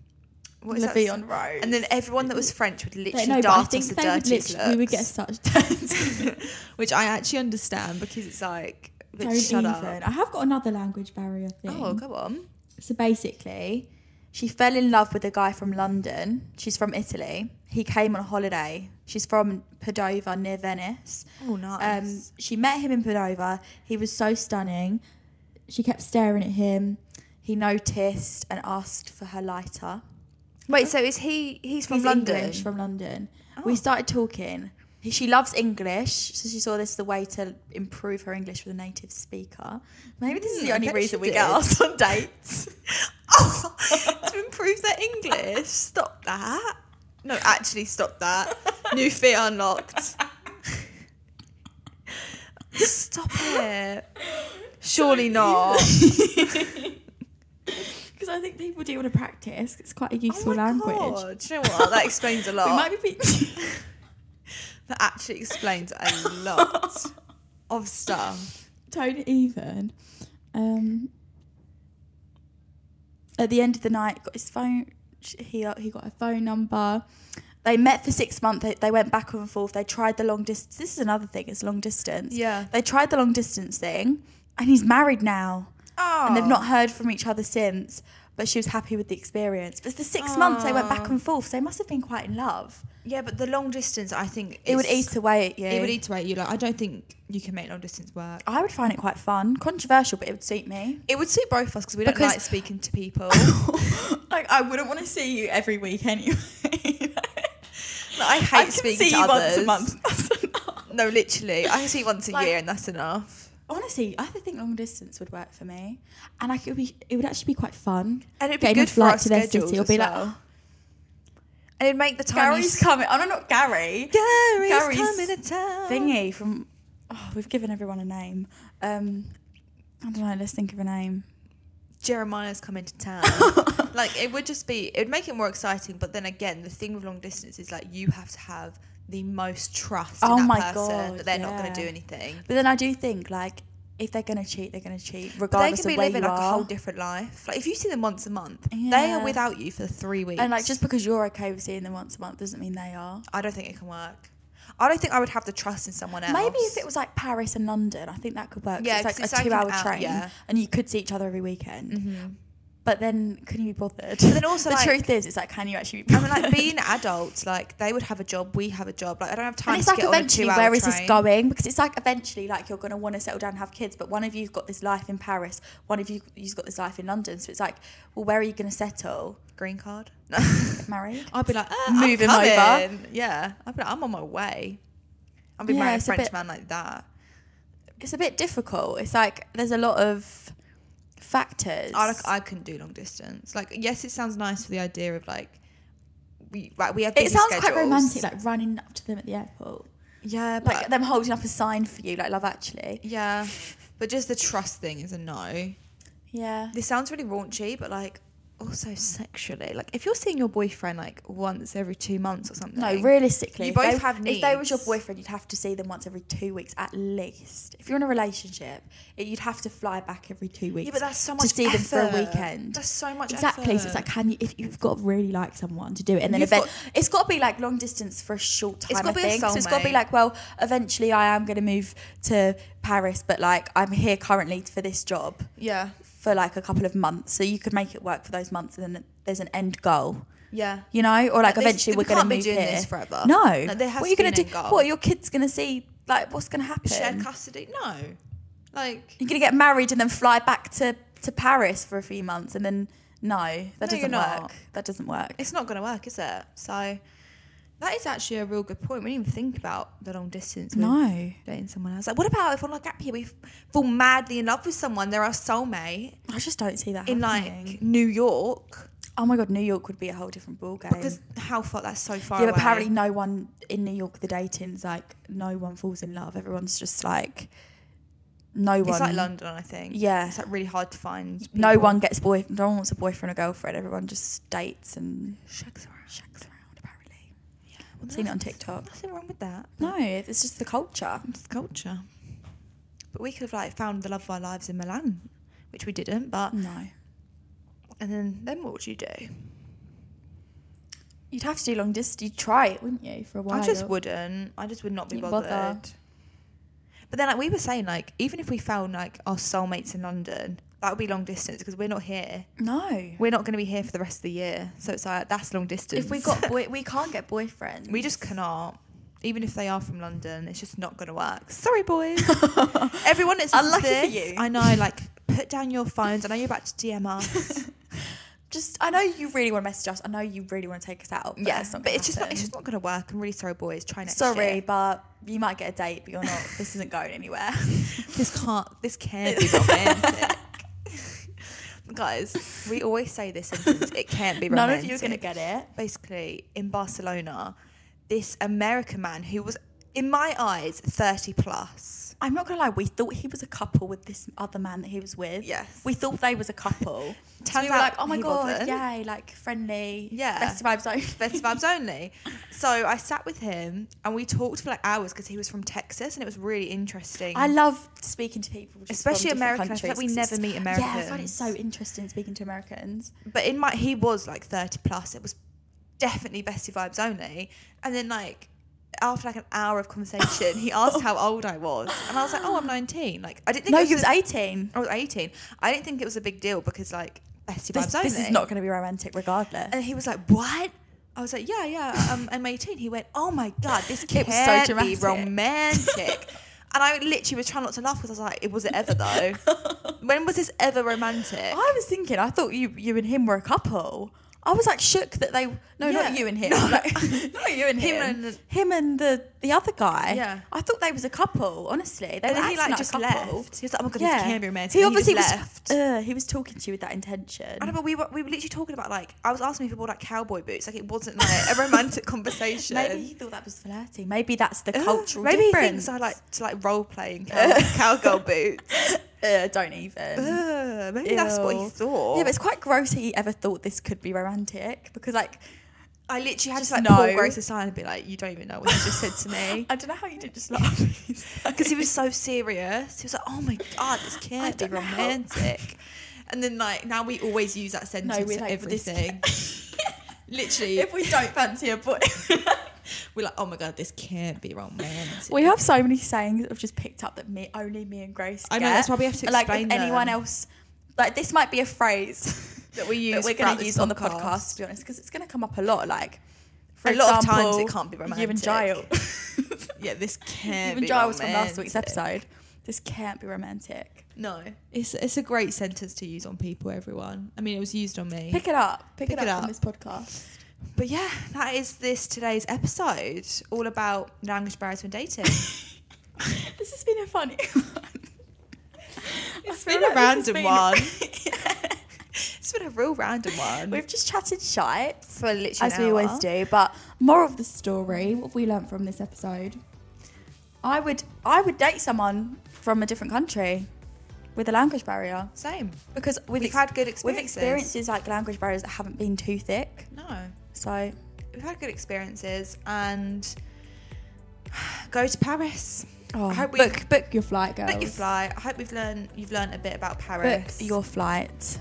Speaker 2: what is
Speaker 1: La
Speaker 2: that
Speaker 1: Vie
Speaker 2: song?
Speaker 1: en Rose.
Speaker 2: and then everyone that was French would literally
Speaker 1: no, but I
Speaker 2: dart
Speaker 1: think
Speaker 2: us the
Speaker 1: they would
Speaker 2: dirtiest
Speaker 1: literally- we would get such
Speaker 2: looks.
Speaker 1: dirty- [LAUGHS]
Speaker 2: which I actually understand because it's like, bitch,
Speaker 1: Don't
Speaker 2: shut
Speaker 1: even.
Speaker 2: up.
Speaker 1: I have got another language barrier thing.
Speaker 2: Oh, go on.
Speaker 1: So basically, she fell in love with a guy from London. She's from Italy. He came on holiday. She's from Padova near Venice.
Speaker 2: Oh, nice.
Speaker 1: Um, she met him in Padova. He was so stunning. She kept staring at him. He noticed and asked for her lighter.
Speaker 2: Wait, so is he? He's from
Speaker 1: He's
Speaker 2: London.
Speaker 1: English from London. Oh. We started talking. He- She loves English, so she saw this as the way to improve her English with a native speaker. Maybe this is the
Speaker 2: Hmm, I
Speaker 1: only
Speaker 2: bet she
Speaker 1: reason we
Speaker 2: did.
Speaker 1: get asked on
Speaker 2: [LAUGHS]
Speaker 1: dates.
Speaker 2: oh,
Speaker 1: [LAUGHS]
Speaker 2: to improve their English. Stop that. No, actually, stop that.
Speaker 1: [LAUGHS]
Speaker 2: New fear unlocked. stop it.
Speaker 1: [LAUGHS]
Speaker 2: Surely not.
Speaker 1: Because I think people do want to practice. It's quite a useful
Speaker 2: Oh my
Speaker 1: language.
Speaker 2: God. Do you know what? That explains a lot.
Speaker 1: We might be. [LAUGHS] Pe-
Speaker 2: That actually
Speaker 1: [LAUGHS]
Speaker 2: explains a lot of stuff.
Speaker 1: Don't even. Um, at the end of the night, got his phone. sh- He uh, he got her phone number. They met for six months. They, they went back and forth. They tried the long distance. This is another thing. It's long distance.
Speaker 2: Yeah.
Speaker 1: They tried the long distance thing, and he's married now.
Speaker 2: Oh,
Speaker 1: and they've not heard from each other since. But she was happy with the experience. But for six months, they went back
Speaker 2: Oh.
Speaker 1: and forth. So they must have been quite in love.
Speaker 2: Yeah, but the long distance, I think
Speaker 1: It would
Speaker 2: it's-
Speaker 1: eat away at you.
Speaker 2: It would eat away at you. Like, I don't think you can make long distance work.
Speaker 1: I would find it quite fun. Controversial, but it would suit me.
Speaker 2: It would suit both of us because we don't
Speaker 1: Because-
Speaker 2: like speaking to [LAUGHS] people.
Speaker 1: [LAUGHS] like, I wouldn't want to see you every week anyway.
Speaker 2: I [LAUGHS]
Speaker 1: I
Speaker 2: hate
Speaker 1: can
Speaker 2: speaking
Speaker 1: see
Speaker 2: to
Speaker 1: you
Speaker 2: others.
Speaker 1: once a month. [LAUGHS] That's enough.
Speaker 2: No, literally, I can see once a
Speaker 1: Like-
Speaker 2: year, and that's enough.
Speaker 1: Honestly, I think long distance would work for me, and I could be. It would actually be quite fun.
Speaker 2: And it'd be
Speaker 1: Getting a
Speaker 2: good for our
Speaker 1: flight to their
Speaker 2: schedules
Speaker 1: city. It'll
Speaker 2: as
Speaker 1: be
Speaker 2: well.
Speaker 1: like,
Speaker 2: And it'd make the time. you
Speaker 1: Gary's
Speaker 2: s-
Speaker 1: coming. Oh no, not Gary.
Speaker 2: Gary's,
Speaker 1: Gary's
Speaker 2: coming to town.
Speaker 1: Thingy from. Oh, we've given everyone a name. Um, I don't know. Let's think of a name. [LAUGHS]
Speaker 2: Jeremiah's coming to town. like it would just be it would make it more exciting but then again the thing with long distance is like you have to have the most trust
Speaker 1: Oh
Speaker 2: in that
Speaker 1: my
Speaker 2: person
Speaker 1: God,
Speaker 2: that they're not going
Speaker 1: yeah.
Speaker 2: to do anything
Speaker 1: But then I do think like if they're gonna cheat, they're gonna cheat
Speaker 2: but they
Speaker 1: regardless
Speaker 2: could be
Speaker 1: of where
Speaker 2: living
Speaker 1: you
Speaker 2: like a
Speaker 1: are.
Speaker 2: whole different life like if you see them once a month they
Speaker 1: Yeah.
Speaker 2: are without you for three weeks
Speaker 1: and like just because you're okay with seeing them once a month doesn't mean they are.
Speaker 2: i don't think it can work i don't think i would have the trust in someone else
Speaker 1: Maybe if it was like Paris and London, I think that could work. 'cause
Speaker 2: Yeah, 'cause
Speaker 1: it's like
Speaker 2: it's
Speaker 1: a
Speaker 2: like an
Speaker 1: two-hour
Speaker 2: hour-
Speaker 1: train,
Speaker 2: yeah. Mm-hmm.
Speaker 1: and you could see each other every weekend. But then, couldn't you be bothered? But
Speaker 2: then
Speaker 1: [LAUGHS]
Speaker 2: also,
Speaker 1: the
Speaker 2: like-
Speaker 1: truth is, it's like, can you actually? Be
Speaker 2: I
Speaker 1: bothered?
Speaker 2: mean, like
Speaker 1: [LAUGHS]
Speaker 2: being adults, like they would have a job, we have a job. Like I don't have time
Speaker 1: and it's
Speaker 2: to
Speaker 1: like
Speaker 2: get on a
Speaker 1: eventually,
Speaker 2: two-hour
Speaker 1: where is
Speaker 2: train.
Speaker 1: this going? Because it's like eventually, like you're gonna want to settle down and have kids, but one of you's got this life in Paris, one of you you's got this life in London. So it's like, well, where are you gonna settle?
Speaker 2: Green
Speaker 1: [LAUGHS]
Speaker 2: card. [LAUGHS]
Speaker 1: Get married?
Speaker 2: I'd be like, uh,
Speaker 1: Move
Speaker 2: moving
Speaker 1: him over.
Speaker 2: over. Yeah, I'd be like, I'm on my way. I'd be
Speaker 1: Yeah,
Speaker 2: marrying a
Speaker 1: it's a
Speaker 2: French
Speaker 1: bit-
Speaker 2: man like that.
Speaker 1: It's a bit difficult. It's like there's a lot of factors.
Speaker 2: I like, I couldn't do long distance. Like, yes, it sounds nice for the idea of like we like, we have.
Speaker 1: it
Speaker 2: busy
Speaker 1: sounds quite
Speaker 2: schedules.
Speaker 1: romantic, like running up to them at the airport.
Speaker 2: yeah, but
Speaker 1: like them holding up a sign for you, like Love Actually.
Speaker 2: yeah, but just the trust thing is a no.
Speaker 1: Yeah.
Speaker 2: This sounds really raunchy, but like also sexually, like if you're seeing your boyfriend like once every two months or something.
Speaker 1: No, realistically,
Speaker 2: you
Speaker 1: if
Speaker 2: both
Speaker 1: they-
Speaker 2: have needs.
Speaker 1: If they was your boyfriend, you'd have to see them once every two weeks at least. If you're in a relationship, it, you'd have to fly back every two weeks.
Speaker 2: Yeah, but that's so
Speaker 1: to
Speaker 2: much
Speaker 1: see them for a
Speaker 2: effort.
Speaker 1: weekend.
Speaker 2: That's so much
Speaker 1: exactly. So it's
Speaker 2: effort.
Speaker 1: like, can you if you've got to really like someone to do it, and then
Speaker 2: You've
Speaker 1: event,
Speaker 2: got-
Speaker 1: it's got to be like long distance for a short time.
Speaker 2: gotta
Speaker 1: I
Speaker 2: be a
Speaker 1: think. so it's got to be
Speaker 2: soulmate.
Speaker 1: like, well, eventually I am going to move to Paris, but like I'm here currently for this job.
Speaker 2: Yeah,
Speaker 1: for like a couple of months. So you could make it work for those months, and then there's an end goal.
Speaker 2: yeah.
Speaker 1: You know, or like
Speaker 2: Like, this-
Speaker 1: eventually
Speaker 2: we
Speaker 1: we're going to
Speaker 2: can't be
Speaker 1: move
Speaker 2: doing
Speaker 1: here.
Speaker 2: this forever.
Speaker 1: No,
Speaker 2: Like, there
Speaker 1: what
Speaker 2: has
Speaker 1: are
Speaker 2: to
Speaker 1: you
Speaker 2: be
Speaker 1: going
Speaker 2: an
Speaker 1: to do?
Speaker 2: end goal.
Speaker 1: What are your kids going to see? Like, what's going to happen?
Speaker 2: Shared custody? No, like
Speaker 1: You're going to get married and then fly back to to Paris for a few months, and then no, that
Speaker 2: No,
Speaker 1: doesn't
Speaker 2: you're not.
Speaker 1: work. That doesn't work.
Speaker 2: it's not going to work, is it? So that is actually a real good point. We didn't even think about the long distance. with
Speaker 1: No.
Speaker 2: dating someone else. Like, what about if on like gap year we f- fall madly in love with someone? They're our soulmate
Speaker 1: I just don't see that
Speaker 2: in
Speaker 1: happening.
Speaker 2: like New York.
Speaker 1: oh my god, New York would be a whole different ballgame.
Speaker 2: Because how far? That's so far.
Speaker 1: yeah,
Speaker 2: away.
Speaker 1: but apparently no one in New York the dating's like no one falls in love. Everyone's just like no one.
Speaker 2: it's like London. I think.
Speaker 1: Yeah.
Speaker 2: it's like really hard to find.
Speaker 1: no
Speaker 2: people.
Speaker 1: one gets boy no one wants a boyfriend or girlfriend everyone just dates and shags around shags around apparently
Speaker 2: Well,
Speaker 1: seen it on
Speaker 2: there's
Speaker 1: TikTok.
Speaker 2: Nothing wrong with that.
Speaker 1: no it's just the culture
Speaker 2: It's culture. But we could have like found the love of our lives in Milan, which we didn't. But
Speaker 1: no
Speaker 2: and then then what would you do?
Speaker 1: you'd have to do long distance you'd try it wouldn't you for a while
Speaker 2: I just wouldn't. I just would not be
Speaker 1: You
Speaker 2: bothered.
Speaker 1: bother.
Speaker 2: But then, like we were saying, like even if we found like our soulmates in London, that would be long distance because we're not here.
Speaker 1: no
Speaker 2: We're not going to be here for the rest of the year, so it's like that's long distance.
Speaker 1: if we
Speaker 2: [LAUGHS]
Speaker 1: got boy we can't get boyfriends
Speaker 2: we just cannot. Even if they are from London, it's just not going to work.
Speaker 1: [LAUGHS]
Speaker 2: Sorry, boys. Everyone, it's
Speaker 1: Unlucky for you.
Speaker 2: I know. Like, put down your phones. I know you're about to DM us.
Speaker 1: just I know you really want to message us I know you really want to take us out but
Speaker 2: yeah,
Speaker 1: that's not
Speaker 2: but
Speaker 1: gonna
Speaker 2: it's just not. It's
Speaker 1: happen.
Speaker 2: just not going to work. I'm really sorry, boys. Try next
Speaker 1: sorry
Speaker 2: year.
Speaker 1: but you might get a date but you're not this isn't going [LAUGHS] anywhere
Speaker 2: this can't this can't be romantic [LAUGHS] guys we always say this sentence it can't be
Speaker 1: [LAUGHS] none
Speaker 2: romantic
Speaker 1: of you are gonna get it
Speaker 2: basically in barcelona this american man who was in my eyes 30 plus
Speaker 1: I'm not gonna lie, we thought he was a couple with this other man that he was with.
Speaker 2: Yes.
Speaker 1: We thought they was a
Speaker 2: [LAUGHS]
Speaker 1: couple. so
Speaker 2: Turns
Speaker 1: we were
Speaker 2: out
Speaker 1: like, oh my
Speaker 2: he
Speaker 1: god,
Speaker 2: wasn't.
Speaker 1: yay, like friendly.
Speaker 2: Yeah.
Speaker 1: Best vibes only. [LAUGHS]
Speaker 2: best vibes only so i sat with him and we talked for like hours because he was from texas and it was really interesting
Speaker 1: I love speaking to people, just from
Speaker 2: Especially
Speaker 1: different
Speaker 2: American. I feel like
Speaker 1: countries
Speaker 2: we
Speaker 1: 'cause
Speaker 2: never meet
Speaker 1: it's- Yeah, I find it
Speaker 2: Americans.
Speaker 1: so interesting speaking to Americans.
Speaker 2: but in my he was like 30 plus it was definitely bestie vibes only and then like after like an hour of conversation
Speaker 1: [LAUGHS]
Speaker 2: he asked how old i was and i was like oh i'm 19 like i didn't think
Speaker 1: No,
Speaker 2: it was
Speaker 1: he was
Speaker 2: a-
Speaker 1: 18.
Speaker 2: i was 18 i didn't think it was a big deal because like bestie
Speaker 1: This,
Speaker 2: vibes only
Speaker 1: this is not gonna be romantic, regardless.
Speaker 2: and he was like what I was like, yeah, yeah, um, I'm 18. He went, oh my god,
Speaker 1: [LAUGHS]
Speaker 2: this
Speaker 1: It
Speaker 2: can't
Speaker 1: was so
Speaker 2: be
Speaker 1: dramatic.
Speaker 2: romantic. and I literally was trying not to laugh because I was like, it was it
Speaker 1: [LAUGHS]
Speaker 2: ever though? when was this ever romantic?
Speaker 1: I was thinking, I thought you you and him were a couple. I was like shook that they no,
Speaker 2: Yeah.
Speaker 1: not you and him,
Speaker 2: No. [LAUGHS]
Speaker 1: like, not you and him,
Speaker 2: Him
Speaker 1: him and,
Speaker 2: and-
Speaker 1: the the other guy.
Speaker 2: Yeah.
Speaker 1: I thought they was a couple. Honestly, they
Speaker 2: And
Speaker 1: were
Speaker 2: then he
Speaker 1: acting
Speaker 2: like just
Speaker 1: a couple.
Speaker 2: left. He was like, oh my god, this can't be romantic.
Speaker 1: He obviously
Speaker 2: just
Speaker 1: was.
Speaker 2: left.
Speaker 1: Uh, he was talking to you with that intention.
Speaker 2: I know, but we were, we were literally talking about like I was asking if people wore like cowboy boots. Like it
Speaker 1: [LAUGHS]
Speaker 2: wasn't like a romantic conversation.
Speaker 1: Maybe he thought that was flirty. Maybe that's the cultural
Speaker 2: Maybe he
Speaker 1: difference. [LAUGHS]
Speaker 2: thinks I like to like role playing cow- cowgirl boots.
Speaker 1: uh, don't even.
Speaker 2: Ugh, maybe that's what he
Speaker 1: Ew.
Speaker 2: thought.
Speaker 1: Yeah, but it's quite gross he ever thought this could be romantic because, like,
Speaker 2: I literally had
Speaker 1: Just
Speaker 2: to like
Speaker 1: no.
Speaker 2: pull Grace aside and be like, "You don't even know what you just said to me,"
Speaker 1: [LAUGHS] I don't know how you did
Speaker 2: [LAUGHS]
Speaker 1: just laugh.
Speaker 2: because he was so serious. He was like, "Oh my god,
Speaker 1: [LAUGHS]
Speaker 2: this can't be
Speaker 1: don't know.
Speaker 2: romantic." And then like now we always use that sentence
Speaker 1: no, we
Speaker 2: to
Speaker 1: like
Speaker 2: everything. [LAUGHS] literally,
Speaker 1: if we don't fancy a boy.
Speaker 2: [LAUGHS] we're like, "Oh my god, this can't be romantic."
Speaker 1: We have so many sayings that I've just picked up that me only me and Grace.
Speaker 2: I know,
Speaker 1: get.
Speaker 2: that's why we have to
Speaker 1: Like if
Speaker 2: explain
Speaker 1: anyone
Speaker 2: them.
Speaker 1: else, like this might be a phrase [LAUGHS]
Speaker 2: That we use
Speaker 1: that we're
Speaker 2: throughout
Speaker 1: going to
Speaker 2: this
Speaker 1: use on the
Speaker 2: podcast.
Speaker 1: podcast. To be honest, because it's going to come up a lot. Like for
Speaker 2: A lot of times it
Speaker 1: example,
Speaker 2: can't be
Speaker 1: You and
Speaker 2: romantic.
Speaker 1: Giles.
Speaker 2: [LAUGHS] yeah, this
Speaker 1: [LAUGHS] you
Speaker 2: can't.
Speaker 1: and
Speaker 2: be
Speaker 1: Giles from last week's
Speaker 2: romantic.
Speaker 1: episode. This can't be romantic.
Speaker 2: No, it's it's a great sentence to use on people. Everyone. I mean, it was used on me.
Speaker 1: Pick it up. Pick,
Speaker 2: Pick
Speaker 1: it,
Speaker 2: it
Speaker 1: up,
Speaker 2: up.
Speaker 1: from this podcast.
Speaker 2: But yeah, that is this today's episode, all about language barriers when [LAUGHS] dating.
Speaker 1: This has been a funny [LAUGHS] one.
Speaker 2: It's
Speaker 1: feel
Speaker 2: been a
Speaker 1: like this has
Speaker 2: random
Speaker 1: been-
Speaker 2: [LAUGHS] one. It's been a real random one.
Speaker 1: We've just chatted shite
Speaker 2: for literally
Speaker 1: as we always do. But moral of the story, what have we learnt from this episode? I would I would date someone from a different country with a language barrier
Speaker 2: Same.
Speaker 1: because we've,
Speaker 2: We've had good
Speaker 1: We've
Speaker 2: experiences.
Speaker 1: experiences like language barriers that haven't been too thick.
Speaker 2: No,
Speaker 1: So
Speaker 2: we've had good experiences and [SIGHS] go to Paris. I hope we
Speaker 1: book book your flight, girls.
Speaker 2: Oh, book your flight. I hope we've learned you've learned a bit about
Speaker 1: Book
Speaker 2: Paris.
Speaker 1: your flight.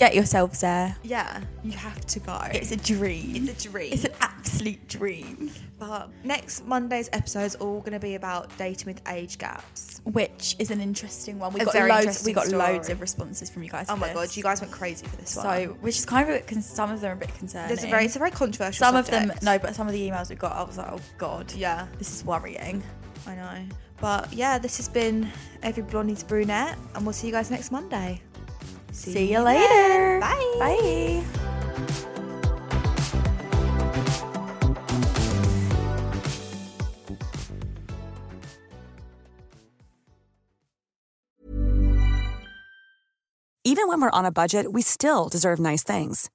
Speaker 1: Get yourselves there.
Speaker 2: yeah, you have to go.
Speaker 1: It's a dream.
Speaker 2: It's a dream.
Speaker 1: It's an absolute dream.
Speaker 2: but next Monday's episode is all going to be about dating with age gaps.
Speaker 1: Which is an interesting one. We
Speaker 2: A
Speaker 1: got
Speaker 2: very
Speaker 1: loads. We
Speaker 2: interesting
Speaker 1: got loads
Speaker 2: story.
Speaker 1: of responses from you guys.
Speaker 2: Oh
Speaker 1: for
Speaker 2: my
Speaker 1: this.
Speaker 2: god, you guys went crazy for this one.
Speaker 1: So, which is kind of a bit con- some of them are a bit concerning.
Speaker 2: There's a very, it's a very controversial.
Speaker 1: some of them
Speaker 2: subject.
Speaker 1: no, but some of the emails we got, I was like, oh god,
Speaker 2: Yeah,
Speaker 1: this is worrying.
Speaker 2: I know. But yeah, this has been Every Blonde Needs a Brunette, and we'll see you guys next Monday.
Speaker 1: See, you later.
Speaker 2: Bye.
Speaker 1: Bye.
Speaker 8: Even when we're on a budget, we still deserve nice things.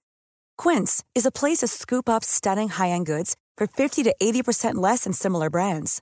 Speaker 8: Quince is a place to scoop up stunning high-end goods for 50 to 80% less than similar brands.